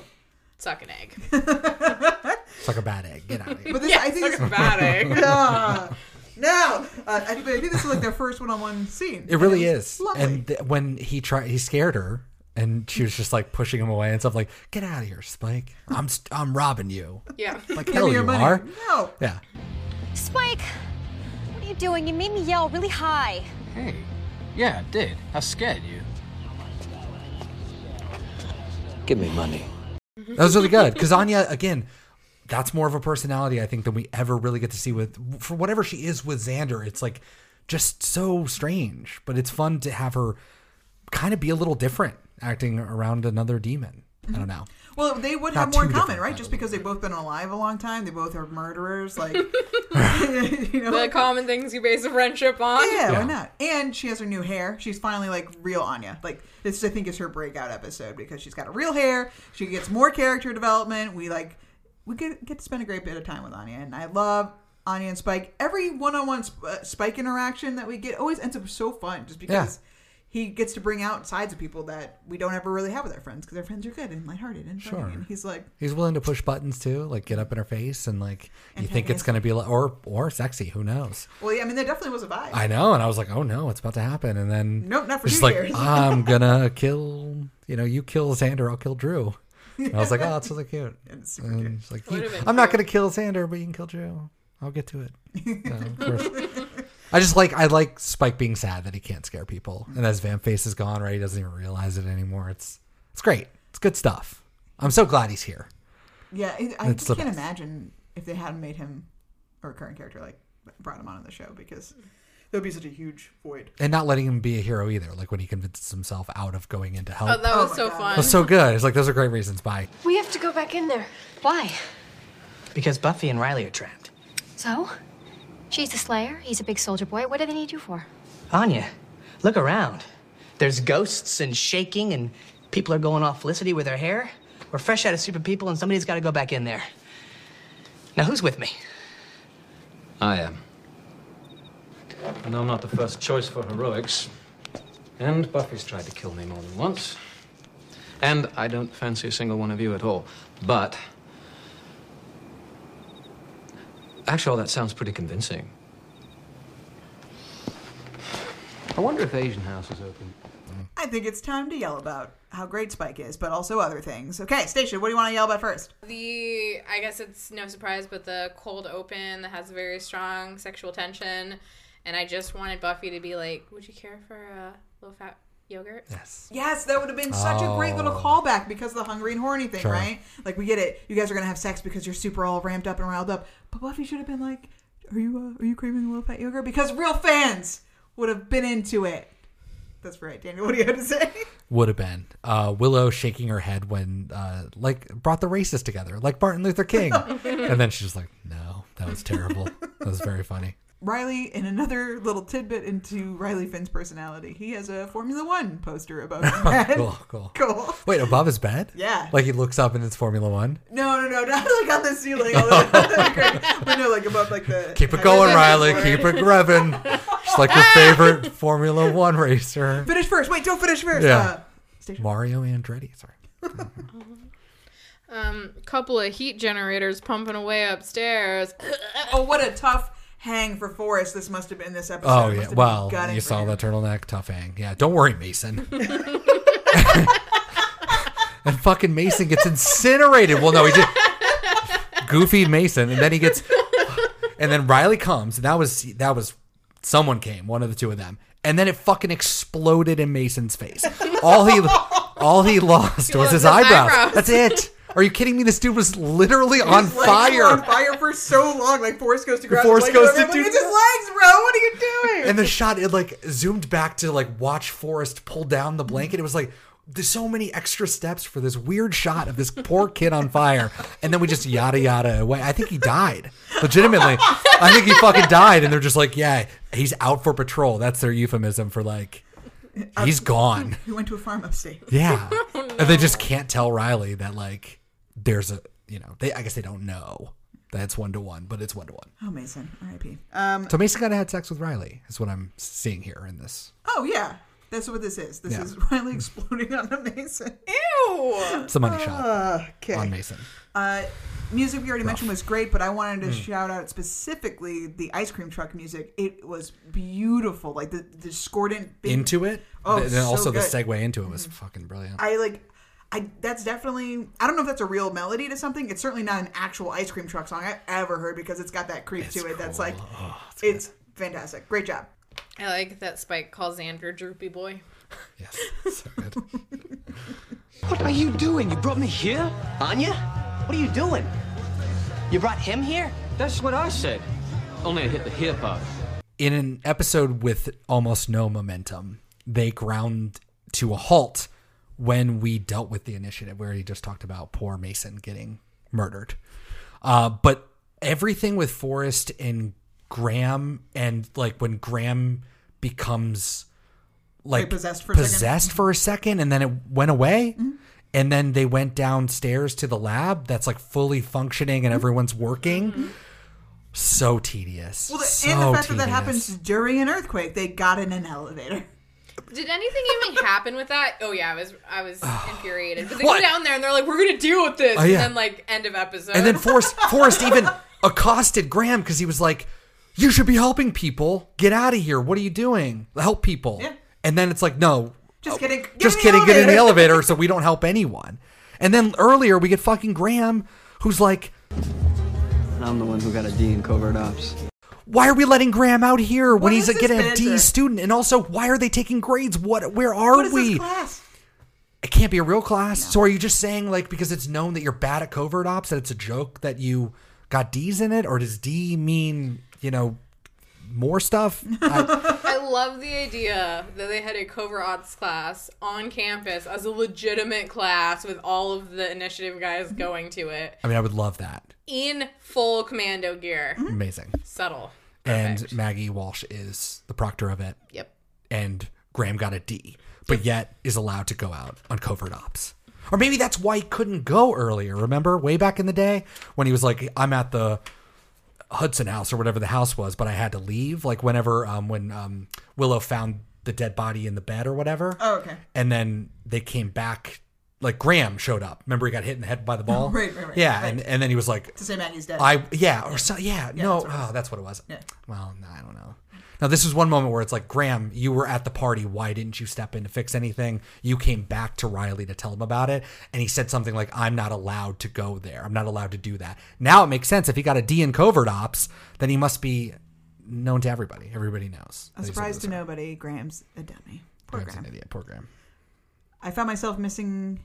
suck an egg. It's like a bad egg. Get out of here. But this, Yeah, I think it's this- like a bad egg. no, no. Uh, I, think- but I think this is like their first one-on-one scene. It really And was is. Lovely. And th- when he tried, he scared her, and she was just like pushing him away and stuff. Like, get out of here, Spike. I'm st- I'm robbing you. Yeah. Like Give hell, me your you money. are. No. Yeah. Spike, what are you doing? You made me yell really high. Hey. Yeah, it did. I scared you. Give me money. That was really good because Anya again. That's more of a personality I think than we ever really get to see with for whatever she is with Xander. It's like just so strange, but it's fun to have her kind of be a little different acting around another demon. I don't know. Well, they would Not have more in too common, different, right? Just because they've both been alive a long time, they both are murderers. Like, you know, The common things you base a friendship on. yeah, why not? And she has her new hair. She's finally like real Anya. Like this, I think, is her breakout episode because she's got a real hair. She gets more character development. We like we get get to spend a great bit of time with Anya, and I love Anya and Spike. Every one-on-one sp- uh, Spike interaction that we get always ends up so fun, just because. He gets to bring out sides of people that we don't ever really have with our friends because our friends are good and lighthearted and funny. Sure. And he's like, He's willing to push buttons too, like get up in her face and like you think it's Antagonistic. going to be like, or or sexy, who knows? "Well, yeah, I mean, there definitely was a vibe." I know, and I was like, oh no, it's about to happen, and then Nope, not for it's two like years. I'm gonna kill, you know, you kill Xander, I'll kill Drew. And I was like, oh, that's really cute. And it's like, Would've you- been I'm not gonna kill Xander, but you can kill Drew. I'll get to it. You know, of course. I just like I like Spike being sad that he can't scare people, and as Vamp Face is gone, right, he doesn't even realize it anymore. It's it's great. It's good stuff. I'm so glad he's here. Yeah, it, I It's just the can't best. imagine if they hadn't made him a recurring character, like brought him on in the show, because there would be such a huge void. and not letting him be a hero either. Like when he convinces himself out of going into help. Oh, that was so That fun. was so good. It's like those are great reasons. Bye. We have to go back in there. Why? Because Buffy and Riley are trapped. So? She's a slayer, he's a big soldier boy. What do they need you for? Anya, look around. There's ghosts and shaking, and people are going off Felicity with her hair. We're fresh out of Super People, and somebody's got to go back in there. Now, who's with me? I am. And I'm not the first choice for heroics. And Buffy's tried to kill me more than once. And I don't fancy a single one of you at all. But. Actually, all that sounds pretty convincing. I wonder if Asian House is open. I think it's time to yell about how great Spike is, but also other things. Okay, Station, what do you want to yell about first? The I guess it's no surprise, but the cold open that has very strong sexual tension, and I just wanted Buffy to be like, "Would you care for a low fat yogurt?" Yes. Yes, that would have been such a great little Oh. callback because of the hungry and horny thing, Sure. right? Like we get it. You guys are gonna have sex because you're super all ramped up and riled up. But Buffy should have been like, "Are you uh, are you craving low fat yogurt?" Because real fans would have been into it. That's right, Daniel. What do you have to say? Would have been uh, Willow shaking her head when uh, like brought the races together, like Martin Luther King, and then she's just like, "No, that was terrible. That was very funny." Riley, and another little tidbit into Riley Finn's personality. He has a Formula One poster above his head. Oh, cool, cool. Cool. Wait, above his bed? Yeah. Like he looks up and it's Formula One. No, no, no, not like on the ceiling. all the way up the grade. But no, like above like the. Keep it going, Riley. Keep it revving. Just like your favorite Formula One racer, Finish first. Wait, don't finish first. Yeah. Uh, Mario Andretti. Sorry. Um, couple of heat generators pumping away upstairs. oh, what a tough hang for Forrest. This must have been this episode. It Oh must yeah. have been Well, gutting you for saw him. the turtleneck, tough hang. Yeah. Don't worry, Mason. and fucking Mason gets incinerated. Well, no, he just goofy Mason, and then he gets, and then Riley comes, and that was that was someone came, one of the two of them, and then it fucking exploded in Mason's face. All he all he lost was his, his eyebrows. eyebrows. That's it. Are you kidding me? This dude was literally on His legs were fire. on fire for so long. Like Forrest goes to grab. Forrest his legs, goes to and I'm like, do- It's his legs, bro. What are you doing? and the shot it like zoomed back to like watch Forrest pull down the blanket. It was like there's so many extra steps for this weird shot of this poor kid on fire, and then we just yada yada away. I think he died. Legitimately, I think he fucking died, and they're just like, yeah, he's out for patrol. That's their euphemism for like he's gone. He went to a farm upstate. Yeah, and they just can't tell Riley that like there's a you know they I guess they don't know that it's one to one, but it's one to one. Oh, Mason, R.I.P. Um, So Mason kind of had sex with Riley, is what I'm seeing here in this. oh yeah, that's what this is. This Yeah. is Riley exploding on a Mason. Ew. It's a money shot Ah. Okay. on Mason. Uh, music we already mentioned was great, but I wanted Hmm. to shout out specifically the ice cream truck music. It was beautiful, like the the discordant big- into it. Oh, and then so also the good. Mm-hmm. segue into it was fucking brilliant. I like. I that's definitely. I don't know if that's a real melody to something. It's certainly not an actual ice cream truck song I've ever heard because it's got that creep to it. That's like, Oh, it's fantastic. Great job. I like that Spike calls Xander Droopy Boy. What are you doing? You brought me here? Anya? What are you doing? You brought him here? That's what I said. Only I hit the hip hop. In an episode with almost no momentum, they ground to a halt when we dealt with the initiative. We already just talked about poor Mason getting murdered. Uh, but everything with Forrest and Graham, and like when Graham becomes like Wait, possessed for a second? Mm-hmm. possessed for a second, and then it went away. And then they went downstairs to the lab that's like fully functioning Mm-hmm. and everyone's working. So tedious. Well, the, so and the fact tedious. that that happens during an earthquake, they got in an elevator. Did anything even happen with that? Oh yeah, I was I was infuriated. But they What? go down there and they're like, "We're gonna deal with this," Oh, and yeah. then like end of episode. And then Forrest, Forrest even accosted Graham because he was like, "You should be helping people. Get out of here. What are you doing? Help people." And then it's like, "No, Just kidding. Get Oh, just in kidding. The Get in the elevator. elevator, so we don't help anyone." And then earlier we get fucking Graham, who's like, And I'm the one who got a D in covert ops. "Why are we letting Graham out here when What he's is like, getting this a D banter? student?" And also, why are they taking grades? What? Where are What is we? this class? it can't be a real class. So are you just saying like because it's known that you're bad at covert ops that it's a joke that you got D's in it, or does D mean you know more stuff? I, I love the idea that they had a covert arts class on campus as a legitimate class with all of the initiative guys going to it I mean, I would love that. in full commando gear. Mm-hmm. Amazing. Subtle. And Maggie Walsh is the proctor of it. Yep. And Graham got a D, but yet is allowed to go out on covert ops. Or maybe that's why he couldn't go earlier. Remember, way back in the day when he was like, "I'm at the Hudson House or whatever the house was, but I had to leave." Like whenever um, when um, Willow found the dead body in the bed or whatever. Oh, okay. And then they came back. Like Graham showed up. Remember, he got hit in the head by the ball. Right, right, right, yeah, right. and and then he was like, To say Maggie's dead. I yeah or so yeah, Yeah, no that's what it oh was. that's what it was. Yeah. Well, no, I don't know. Now this was one moment where it's like Graham, you were at the party. Why didn't you step in to fix anything? You came back to Riley to tell him about it, and he said something like, "I'm not allowed to go there. I'm not allowed to do that." Now it makes sense if he got a D in covert ops, then he must be known to everybody. Everybody knows. A surprise to nobody. Graham's a dummy. Poor Graham's an Graham. idiot. Poor Graham. I found myself missing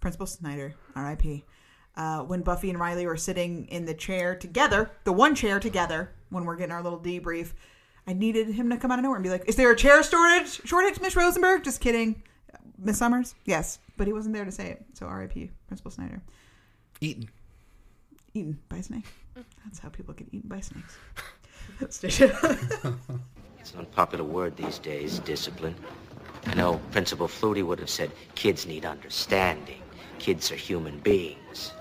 Principal Snyder, R.I.P. Uh, when Buffy and Riley were sitting in the chair together, the one chair together, when we're getting our little debrief, I needed him to come out of nowhere and be like, "Is there a chair shortage? Shortage, Miss Rosenberg? Just kidding, Miss Summers. Yes, but he wasn't there to say it. So R.I.P. Principal Snyder, Eaten. eaten by a snake. That's how people get eaten by snakes. Station. It's an unpopular word these days, discipline. I know Principal Flutie would have said, kids need understanding. Kids are human beings.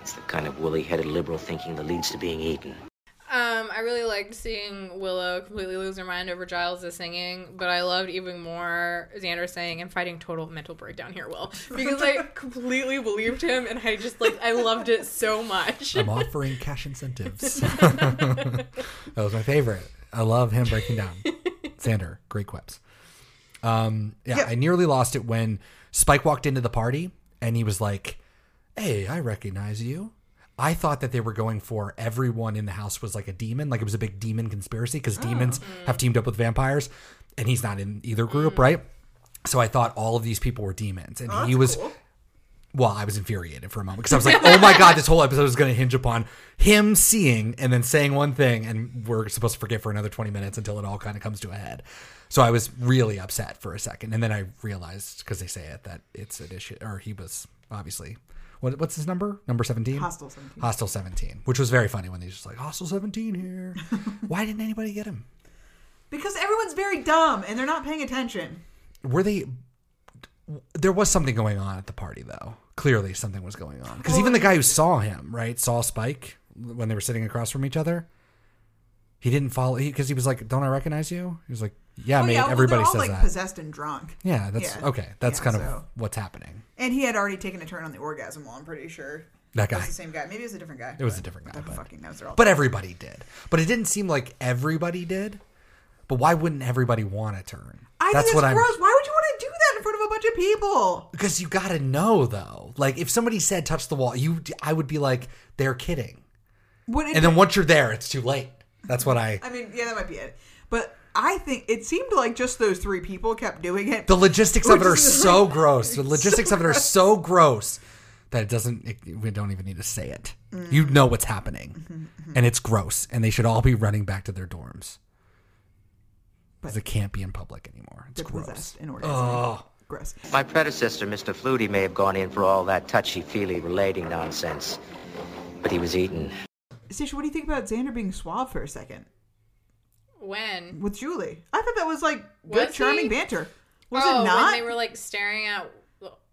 It's the kind of woolly-headed liberal thinking that leads to being eaten. Um, I I really liked seeing Willow completely lose her mind over Giles' singing, but I loved even more Xander saying, "I'm fighting total mental breakdown here, Will," because I completely believed him, and I just like I loved it so much. I'm offering cash incentives. that was my favorite. I love him breaking down. Xander, great quips. Um, yeah, I nearly lost it when Spike walked into the party and he was like, "Hey, I recognize you." I thought that they were going for everyone in the house was like a demon, like it was a big demon conspiracy because demons have teamed up with vampires, and he's not in either group, right? So I thought all of these people were demons, and Oh, he that's was. cool. Well, I was infuriated for a moment because I was like, "Oh my god, this whole episode is going to hinge upon him seeing and then saying one thing, and we're supposed to forget for another twenty minutes until it all kind of comes to a head." So I was really upset for a second, and then I realized because they say it that it's an issue, or he was obviously. What, what's his number? Number seventeen. Hostile 17. Hostile seventeen, which was very funny when they just like Hostile seventeen here. Why didn't anybody get him? Because everyone's very dumb and they're not paying attention. Were they? There was something going on at the party though. Clearly, something was going on because Well, even the guy who saw him, right, saw Spike when they were sitting across from each other. He didn't follow because he, was like, "Don't I recognize you?" He was like, "Yeah, Oh, mate, yeah, well, they're everybody all, says like, that." possessed and drunk. Yeah, that's Yeah. okay. That's Yeah, kind of so- what's happening. And he had already taken a turn on the orgasm wall, I'm pretty sure. That It was guy. the same guy. Maybe it was a different guy. It was but a different guy, who but- fucking knows? They're all But everybody did. But it didn't seem like everybody did. But why wouldn't everybody want to turn? I That's think what it's I'm gross. Why would you want to do that in front of a bunch of people? because you got to know though. Like if somebody said touch the wall, you I would be like they're kidding. Would it And then once you're there, it's too late. That's what I I mean, yeah, that might be it. But I think it seemed like just those three people kept doing it. The logistics of it Which are is so like- gross. The logistics so of it are gross. so gross that it doesn't it, we don't even need to say it. Mm-hmm. You know what's happening. And it's gross and they should all be running back to their dorms. Because it can't be in public anymore. It's They're gross. possessed in order. Oh. Gross. My predecessor, Mr. Flutie, may have gone in for all that touchy-feely relating nonsense, but he was eaten. Sasha, what do you think about Xander being suave for a second When with Julie? I thought that was like good, Was charming he? banter. Was oh, it not? when they were like staring at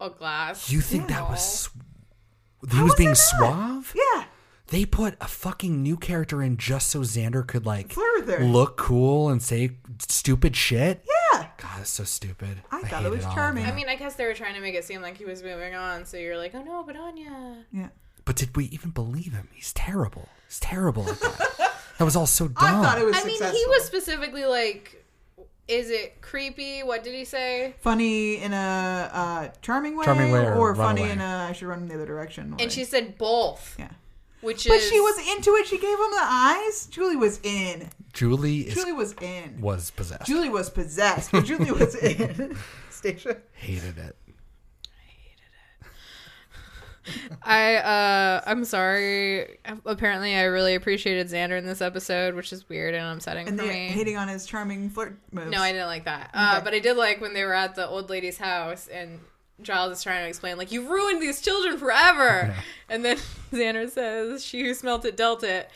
a glass? You think that was sw- he was being suave? Yeah. They put a fucking new character in just so Xander could like Flirt with her. look cool and say stupid shit. Yeah. God, that's so stupid. I thought it hated was all of charming. that. I mean, I guess they were trying to make it seem like he was moving on, so you're like, oh no, but Anya. Yeah. But did we even believe him? He's terrible. He's terrible at that. that was all so dumb. I mean, he was specifically like, is it creepy? What did he say? funny in a uh, charming way, Charming way or funny runaway. in a I should run in the other direction. way. And she said both. Yeah. Which but is she was into it. She gave him the eyes. Julie was in. Julie is, Julie was in. was possessed. Julie was possessed. But Julie was in. Stacia. Hated it. I uh I'm sorry. Apparently I really appreciated Xander in this episode, which is weird and upsetting And for they me. hating on his charming flirt moves. No, I didn't like that. Uh, Okay. but I did like when they were at the old lady's house and Giles is trying to explain, like, you've ruined these children forever. and then Xander says, she who smelt it dealt it.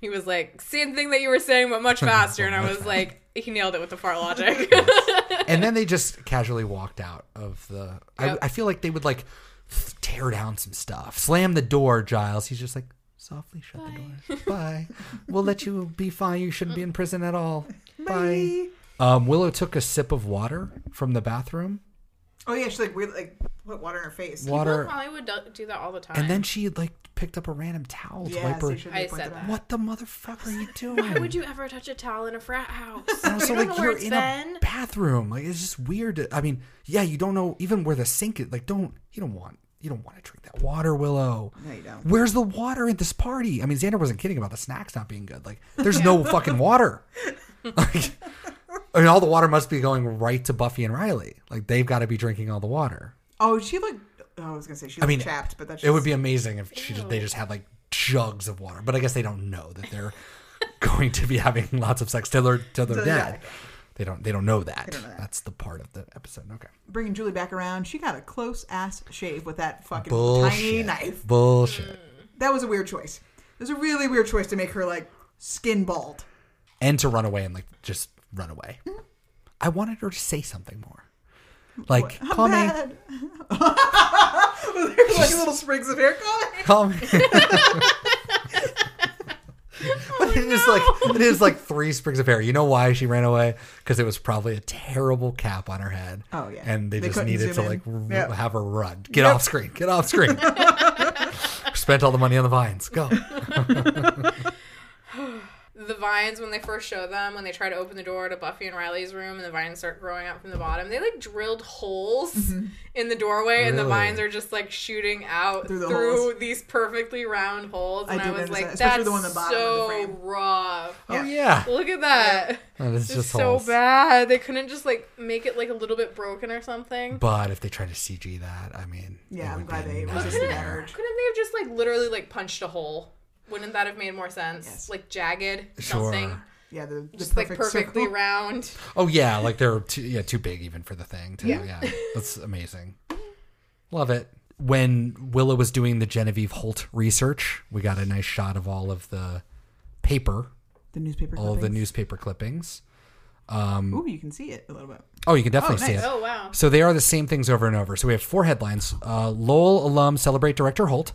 He was like, same thing that you were saying, but much faster. And I was like, he nailed it with the fart logic. and then they just casually walked out of the. Yep. I, I feel like they would like tear down some stuff, slam the door. Giles, he's just like softly shut the door. Bye. We'll let you be fine. You shouldn't be in prison at all. Bye. Um, Willow took a sip of water from the bathroom, Oh yeah, she like weird like put water in her face. Water- People in Hollywood do, that all the time. and then she like picked up a random towel to Yeah, wipe her. so she- I said that. What the motherfucker are you doing? Why would you ever touch a towel in a frat house? And also, you don't like, know where you're it's in been. a bathroom. Like, it's just weird. to- I mean, yeah, you don't know even where the sink is. Like, don't you don't want you don't want to drink that water, Willow. No, you don't. Where's the water at this party? I mean, Xander wasn't kidding about the snacks not being good. Like, there's no fucking water. Like, I mean, all the water must be going right to Buffy and Riley. Like, they've got to be drinking all the water. Oh, she looked. Oh, I was gonna say she I looked mean, chapped, but that's it would be amazing if she just, they just had like jugs of water. But I guess they don't know that they're going to be having lots of sex till they're till they're Till they're dead. dead. They don't they don't know that. They don't know that. That's the part of the episode. Okay. bringing Julie back around. She got a close ass shave with that fucking tiny Bullshit. knife. Bullshit. That was a weird choice. It was a really weird choice to make her like skin bald. And to run away and like just run away. Mm-hmm. I wanted her to say something more. Like I'm call me, bad. There's like little sprigs of hair. Call me. call me. but Oh, it is like it is like three springs of hair. You know why she ran away? Because it was probably a terrible cap on her head. Oh, yeah. and they, They just couldn't needed to zoom like in. r- Yep. have her run. Get Yep. off screen. Get off screen. Spent all the money on the vines. Go. the vines when they first show them when they try to open the door to buffy and riley's room and the vines start growing out from the bottom they like drilled holes in the doorway and the Mm-hmm. Really? vines are just like shooting out through, Through the holes. these perfectly round holes I and i, did was notice like that, especially that's the one in the bottom of the so raw Oh, Yeah. yeah. look at that That is it's just so holes. bad they couldn't just like make it like a little bit broken or something But if they try to CG that, I mean, Yeah, I'm glad they But resisted couldn't, that couldn't urge. they have just like literally like punched a hole wouldn't that have made more sense like jagged Sure. something Yeah, the, the just like perfect perfectly circle. round Oh yeah, like they're too, yeah too big even for the thing too. Yeah. Yeah. that's amazing. Love it. When Willa was doing the Genevieve Holt research, we got a nice shot of all of the paper, The newspaper all of the clippings. newspaper clippings. Um, Ooh, you can see it a little bit. Oh, you can definitely Oh, see nice. it. Oh, wow. So they are the same things over and over. So we have four headlines: uh, Lowell alum celebrate director Holt,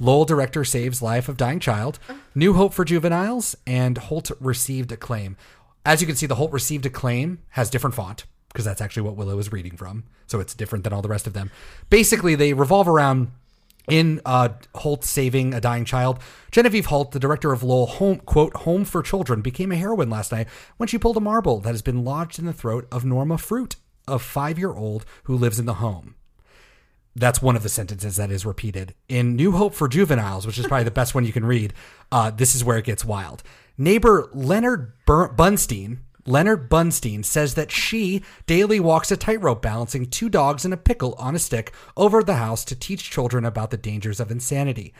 Lowell director saves life of dying child, New hope for juveniles, and Holt received acclaim. As you can see, the Holt received acclaim has different font because that's actually what Willow is reading from. So it's different than all the rest of them. Basically, they revolve around in uh, Holt saving a dying child, Genevieve Holt, the director of Lowell Home quote Home for Children, became a heroine last night when she pulled a marble that has been lodged in the throat of Norma Fruit, a five-year-old who lives in the home. That's one of the sentences that is repeated in New Hope for Juveniles, which is probably the best one you can read. Uh, this is where it gets wild. Neighbor Leonard Bur- Bunstein. Leonard Bunstein says that she daily walks a tightrope balancing two dogs and a pickle on a stick over the house to teach children about the dangers of insanity.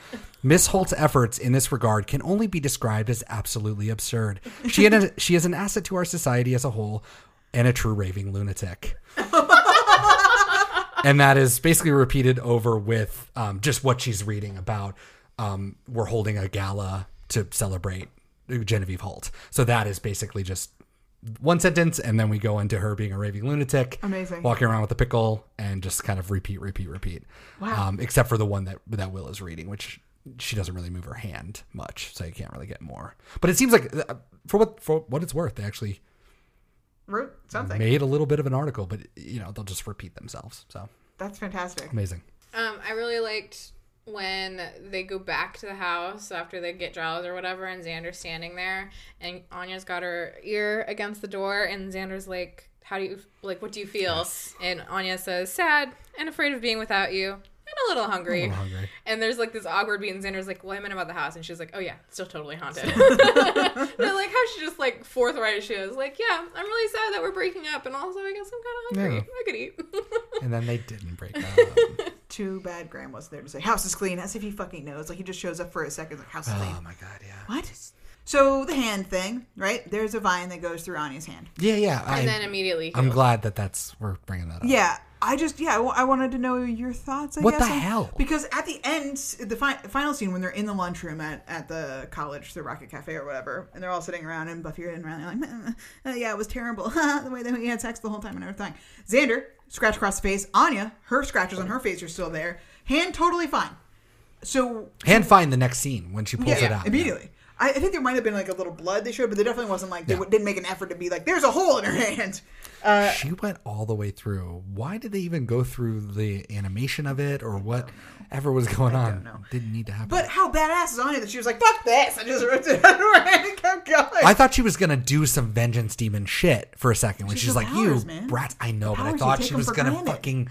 Miss Holt's efforts in this regard can only be described as absolutely absurd. She, had a- she is an asset to our society as a whole and a true raving lunatic and that is basically repeated over with um, just what she's reading about. Um, we're holding a gala to celebrate Genevieve Holt. So that is basically just one sentence, and then we go into her being a raving lunatic, Amazing. walking around with a pickle, and just kind of repeat, repeat, repeat. Wow. Um, except for the one that that Will is reading, which she doesn't really move her hand much, so you can't really get more. But it seems like, uh, for what for what it's worth, they actually Wrote something. made a little bit of an article, but you know they'll just repeat themselves. So That's fantastic. amazing. Um, I really liked when they go back to the house after they get Giles or whatever, and Xander's standing there, and Anya's got her ear against the door, and Xander's like, "How do you like? What do you feel?" And Anya says, "Sad and afraid of being without you, and a little hungry." A little hungry. And there's like this awkward beat, and Xander's like, "Well, I meant about the house," and she's like, "Oh yeah, still totally haunted." They're like, how she just like forthright she is, like, "Yeah, I'm really sad that we're breaking up, and also I guess I'm kind of hungry. Yeah. I could eat." And then they didn't break up. Too bad Graham wasn't there to say house is clean, as if he fucking knows. Like he just shows up for a second, like house is clean. Oh my god, yeah. What? So the hand thing, right? There's a vine that goes through Anya's hand. Yeah, yeah. And then immediately I'm healed. glad that that's we're bringing that up. Yeah, I just yeah, I wa- I wanted to know your thoughts. I What guess, the on- hell? Because at the end, the fi- final scene when they're in the lunchroom at, at the college, the Rocket Cafe or whatever, and they're all sitting around, and Buffy and Riley are like, "Uh, yeah, it was terrible. the way that we had sex the whole time and everything. Xander scratch across the face. Anya, her scratches on her face are still there. Hand totally fine. So Hand find the next scene when she pulls yeah, it out. immediately. I, I think there might have been like a little blood they showed, but there definitely wasn't like they Yeah. w- didn't make an effort to be like, "There's a hole in her hand." Uh, She went all the way through. Why did they even go through the animation of it or whatever was going on? Didn't need to happen. But how badass is Anya that she was like, fuck this! I just ripped it out of her hand and kept going. I thought she was gonna do some vengeance demon shit for a second when She's she's, got like, powers, "You man. brats!" I know, The but powers, I you thought take she them was for gonna granted. fucking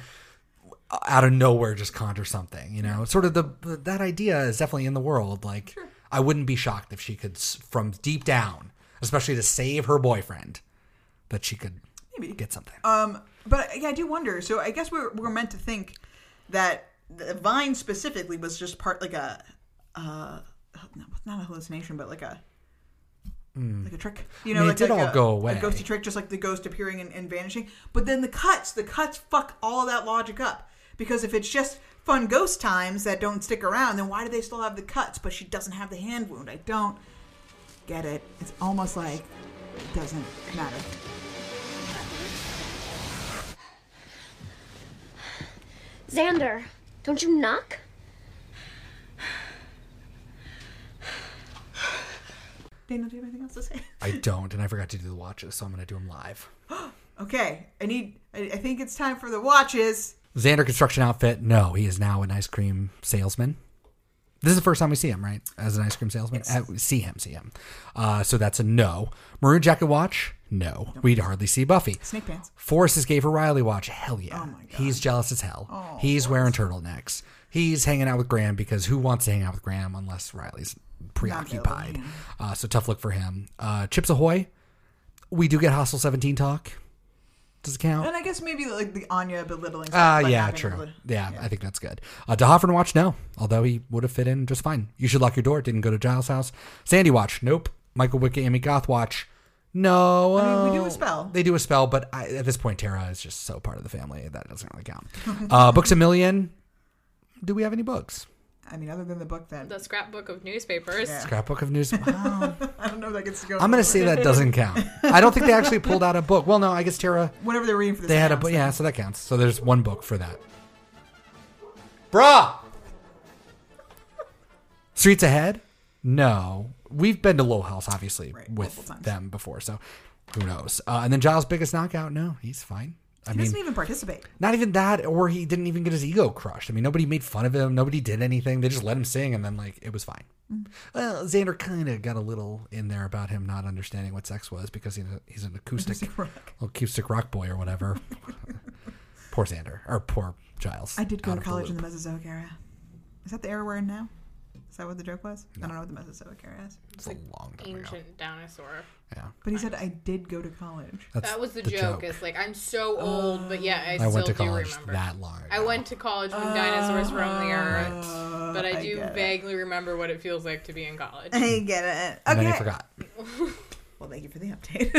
uh, out of nowhere just conjure something. You know, sort of the that idea is definitely in the world. Like, I wouldn't be shocked if she could, s- from deep down, especially to save her boyfriend, that she could get something. Um, but yeah, I do wonder. So I guess we're, we're meant to think that the Vine specifically was just part like a, uh, no, not a hallucination, but like a Mm. like a trick. I mean, it did all a, go A away. ghosty trick, just like the ghost appearing and, and vanishing. But then the cuts, the cuts fuck all of that logic up. Because if it's just fun ghost times that don't stick around, then why do they still have the cuts? But she doesn't have the hand wound. I don't get it. It's almost like it doesn't matter. Xander, don't you knock? Daniel, do you have anything else to say? I don't, and I forgot to do the watches, so I'm going to do them live. Okay, I need. I, I think it's time for the watches. Xander construction outfit. No, he is now an ice cream salesman. This is the first time we see him, right? As an ice cream salesman, Uh, see him, see him. Uh, so that's a no. Maroon jacket watch. No, we'd hardly see Buffy. Snake pants. Forrest has gave a Riley watch. Hell yeah. He's jealous as hell. Oh, He's wearing turtlenecks. He's hanging out with Graham because who wants to hang out with Graham unless Riley's preoccupied? Uh, so tough look for him. Uh, Chips Ahoy. We do get Hostile 17 talk. Does it count? And I guess maybe like the Anya belittling. Ah, stuff, like yeah, having true. beli- yeah, I think that's good. Uh, to Hoffman watch, no. Although he would have fit in just fine. You should lock your door. Didn't go to Giles' house. Sandy watch, nope. Michael Wick, Amy Goth watch, no. I mean, we do Uh, a spell. They do a spell, but I, at this point, Tara is just so part of the family that it doesn't really count. Uh, books a million. Do we have any books? I mean, other than the book that The scrapbook of newspapers. Scrapbook of news. Wow. I don't know if that gets to go. I'm gonna say that doesn't count. I don't think they actually pulled out a book. Well, no, I guess Tara. Whenever they're reading for the They had a seance, book. Yeah, so that counts. So there's one book for that. Bruh! Streets Ahead? No. We've been to Lowell House, obviously, with them before, so who knows? Uh, and then Giles' biggest knockout? No, he's fine. I He mean, doesn't even participate. not even that, or he didn't even get his ego crushed. I mean, nobody made fun of him. Nobody did anything. They just let him sing, and then, like, it was fine. Mm. Well, Xander kind of got a little in there about him not understanding what sex was because he's, a, he's an acoustic, little acoustic rock boy or whatever. poor Xander, or poor Giles. I did go out to of the college in loop. the Mesozoic era. Is that the era we're in now? Is that what the joke was? I don't know what the Mesozoic era is. It's like long Ancient dinosaur. Yeah. But he said I did go to college. that was the, joke, Is like I'm so old, but yeah, I, I still went to do college remember. that long Uh, I went to college when dinosaurs roamed the earth, but I I do get it. vaguely remember what it feels like to be in college. I get it. And then he forgot. well, thank you for the update.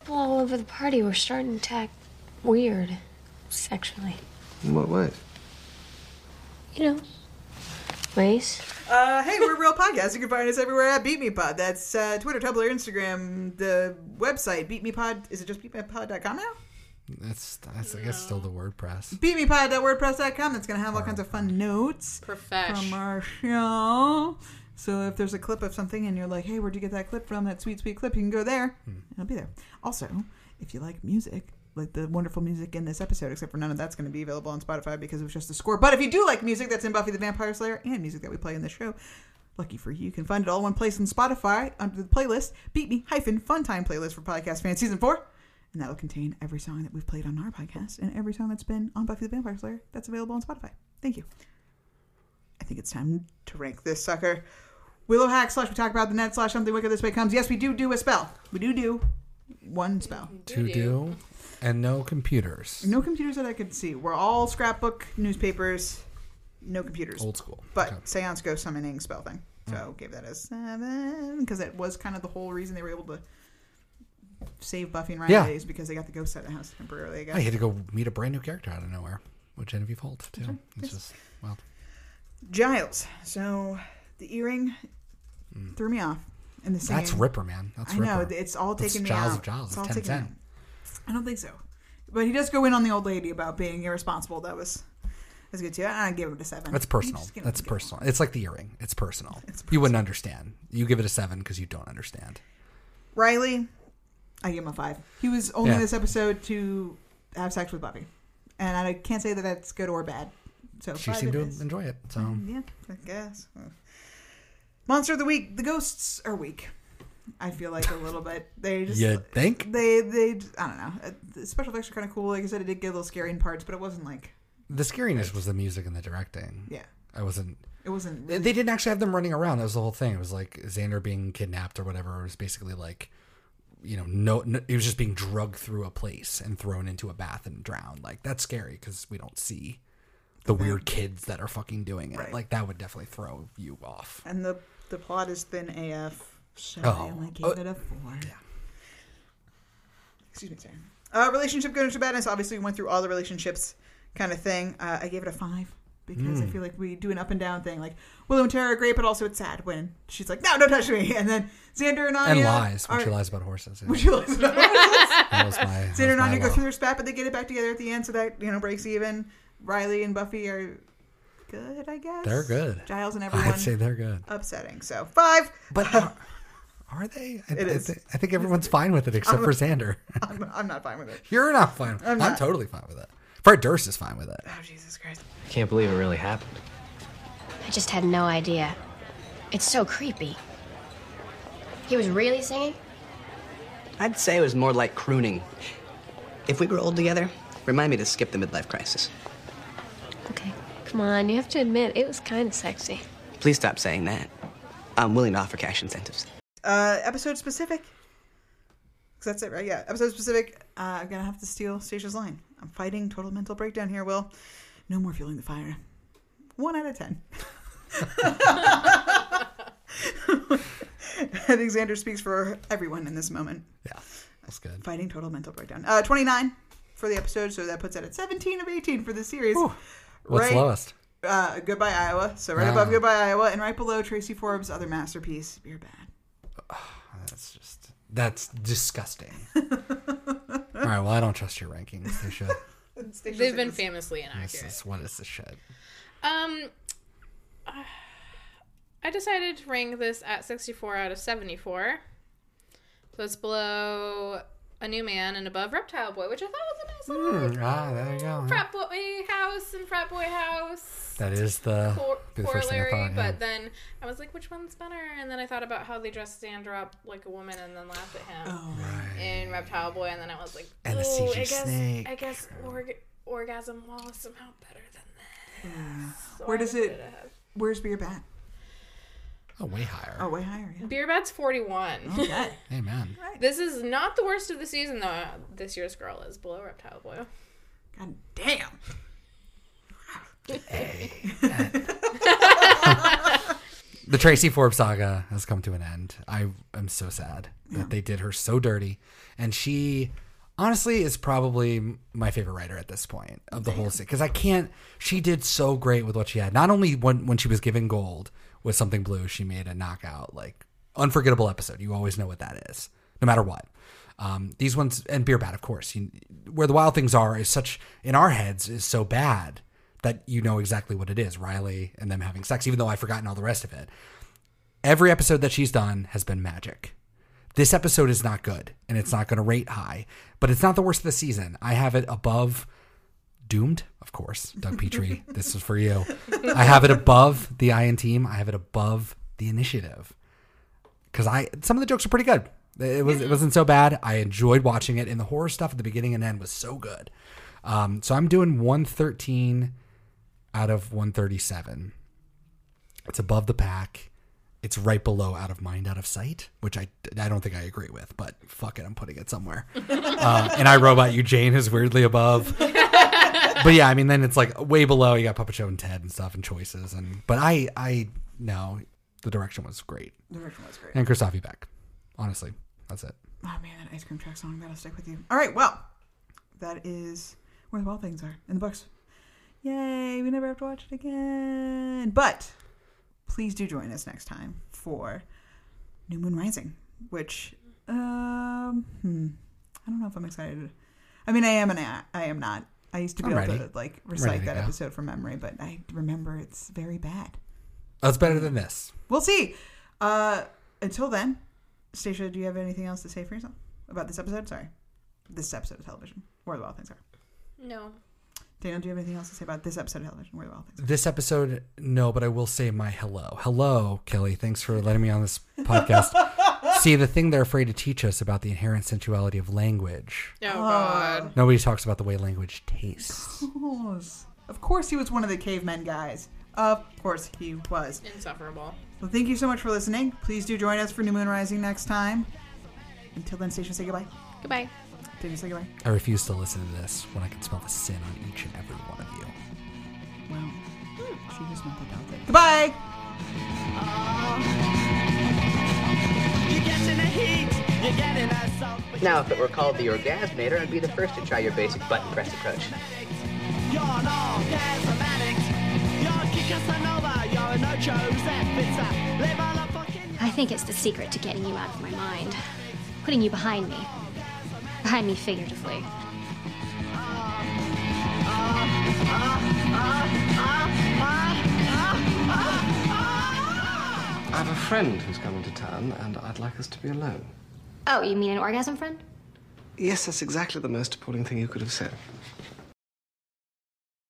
People all over the party were starting to act weird sexually. In what ways? You know, ways. uh, hey, we're a real podcast. You can find us everywhere at Beat Me Pod. That's uh, Twitter, Tumblr, Instagram, the website Beat Me Pod. Is it just beatmepod.com now? That's, that's I guess, still the WordPress. beatmepod.wordpress.com. That's going to have all kinds of fun notes from our show. So if there's a clip of something and you're like, hey, where'd you get that clip from? That sweet, sweet clip, you can go there. and It'll be there. Also, if you like music, like the wonderful music in this episode, except for none of that's going to be available on Spotify because it was just the score. But if you do like music that's in Buffy the Vampire Slayer and music that we play in the show, Lucky for you, you can find it all in one place on Spotify under the playlist Beat Me hyphen Fun Time playlist for Podcast Fan Season 4. And that will contain every song that we've played on our podcast and every song that's been on Buffy the Vampire Slayer that's available on Spotify. Thank you. I think it's time to rank this sucker. Willow hack slash we talk about the net slash something wicked this way comes. Yes, we do do a spell. We do do one spell. To do, and no computers. No computers that I could see. We're all scrapbook, newspapers, no computers. Old Hmm. school. But seance ghost summoning spell thing. So gave that a seven because that was kind of the whole reason they were able to save Buffy and Riley Yeah. is because they got the ghost out of the house temporarily. I guess. I had to go meet a brand new character out of nowhere, which Genevieve Holt, too. It's just wild. Giles. So the earring threw me off, and the Hmm. That's singing- Ripper, man. That's I know Ripper. it's all That's taking me Giles out. of Giles. It's all 10, taking me 10. out. I don't think so, but he does go in on the old lady about being irresponsible. That was that's good too. I gave it a seven. That's You personal. just give it That's a good personal. It's like the earring. It's personal. You wouldn't understand. You give it a seven because you don't understand. Riley, I give him a five. He was only Yeah. this episode to have sex with Bobby, and I can't say that that's good or bad. So She five seemed it to is. Mm-hmm. enjoy it. So yeah, I guess. Monster of the week. The ghosts are weak. I feel like a little bit. They just you think? they they I don't know. Uh, The special effects are kind of cool. Like I said, it did get a little scary in parts, but it wasn't like The scariness was the music and the directing. Yeah. I wasn't. it wasn't. They didn't actually have them running around. That was the whole thing. It was like Xander being kidnapped or whatever. It was basically like, you know, no, no it was just being drugged through a place and thrown into a bath and drowned. Like that's scary because we don't see the weird kids that are fucking doing it. Like that would definitely throw you off. And the the plot is thin AF. So Oh. I only gave it a four. Yeah. Excuse me, sorry. Uh, relationship going to badness. Obviously, we went through all the relationships kind of thing. Uh, I gave it a five because I Mm. feel like we do an up and down thing. Like Willow and Tara are great, but also it's sad when she's like, "No, don't touch me," and then Xander and Anya and lies when are- she lies about horses. yeah. When she lies about horses. That was my. Xander that was and my Anya go low. through their spat, but they get it back together at the end, so that you know breaks even. Riley and Buffy are good, I guess. They're good. Giles and everyone. I'd say they're good. Upsetting. So five. But are, are they? I, It I is. thi- I think everyone's fine with it except I'm- for Xander. I'm, I'm not fine with it. You're not fine. with it. I'm I'm, not. totally fine with it. Fred Durst is fine with it. Oh, Jesus Christ. I can't believe it really happened. I just had no idea. It's so creepy. He was really singing? I'd say it was more like crooning. If we grow old together, remind me to skip the midlife crisis. Okay. Come on, you have to admit, it was kind of sexy. Please stop saying that. I'm willing to offer cash incentives. Uh, episode specific. 'Cause that's it, right? Yeah, episode specific. Uh, I'm gonna have to steal Stacia's line. I'm fighting total mental breakdown here. Will, no more fueling the fire. One out of ten. I think Xander speaks for everyone in this moment. Yeah, that's good. Fighting total mental breakdown. Uh, 29 for the episode, so that puts it at 17 of 18 for the series. What's lowest? Uh, Goodbye Iowa. So right Ah. above Goodbye Iowa, and right below Tracy Forbes' other masterpiece, Beer Bad. That's just that's disgusting. All right. Well, I don't trust your rankings. They should. They've been famously inaccurate. This is what is this shit? Um, I decided to rank this at 64 out of 74. So it's below A New Man and above Reptile Boy, which I thought was a nice little Hmm, ah, there you go. frat boy house and frat boy house That is the, cor- be the first thing I thought. corollary. yeah. But then I was like, which one's better? And then I thought about how they dressed Xander up like a woman and then laughed at him in Reptile Boy, and then I was like, And the "Ooh, I CG guess snake." I guess org- orgasm wall is somehow better than this. So Where I does just it? put ahead. Where's Beer Bad? Oh, way higher. Oh, way higher. Yeah. Beer Bat's 41. Okay. Amen. this is not the worst of the season, though. This year's girl is below Reptile Boy. God damn. The Tracy Forbes saga has come to an end. I am so sad that they did her so dirty, and she honestly is probably my favorite writer at this point of the whole series because I can't. She did so great with what she had. Not only when when she was given gold with something blue, she made a knockout like unforgettable episode. You always know what that is, no matter what. Um, these ones and beer bad, of course. You, where the wild things are is such in our heads is so bad that you know exactly what it is. Riley and them having sex, even though I've forgotten all the rest of it. Every episode that she's done has been magic. This episode is not good, and it's not going to rate high, but it's not the worst of the season. I have it above Doomed, of course. Doug Petrie, this is for you. I have it above the Iron Team. I have it above the Initiative because I some of the jokes are pretty good. It was it wasn't so bad. I enjoyed watching it, and the horror stuff at the beginning and end was so good. Um, so I'm doing 113 out of 137. It's above the pack. It's right below out of mind, out of sight, which I, I don't think I agree with, but fuck it, I'm putting it somewhere. uh, and I Robot You Jane is weirdly above. but yeah, I mean, then it's like way below. You got Puppet Show and Ted and stuff and choices, and but I I no, the direction was great. The direction was great. And Christophe Beck, honestly, that's it. Oh man, that ice cream truck song that'll stick with you. All right, well, that is where the wild things are in the books. Yay, we never have to watch it again. But please do join us next time for New Moon Rising, which um, hmm, I don't know if I'm excited. I mean, I am and I, I am not. I used to be I'm able ready. to like I'm ready recite to that go. episode from memory, but I remember it's very bad. That's better than this. We'll see. Uh, until then, Stacia, do you have anything else to say for yourself about this episode? Sorry, this episode of television, where the wild things are. No. Daniel, do you have anything else to say about this episode of television, where the wild things? This episode, no, but I will say my hello. Hello, Kelly. Thanks for letting me on this podcast. See, the thing they're afraid to teach us about the inherent sensuality of language. Oh, God. Nobody talks about the way language tastes. Of course, of course, he was one of the cavemen guys. Of course, he was. Insufferable. Well, thank you so much for listening. Please do join us for New Moon Rising next time. Until then, Stacia, say goodbye. Goodbye. Daniel, say goodbye. I refuse to listen to this when I can smell the sin on each and every one of you. Wow, she just meant that out there. Goodbye. You're getting a heat, you're getting a salt, but Now, if it were called the Orgasmator, I'd be the first to try your basic button press approach. you're an orgasm addict. You're kick Casanova, you're no Joseph Pizza. Live on a fucking I think it's the secret to getting you out of my mind. Putting you behind me. Behind me figuratively. ah, ah, ah, ah. friend who's coming to town, and I'd like us to be alone. Oh, you mean an orgasm friend? Yes, that's exactly the most appalling thing you could have said.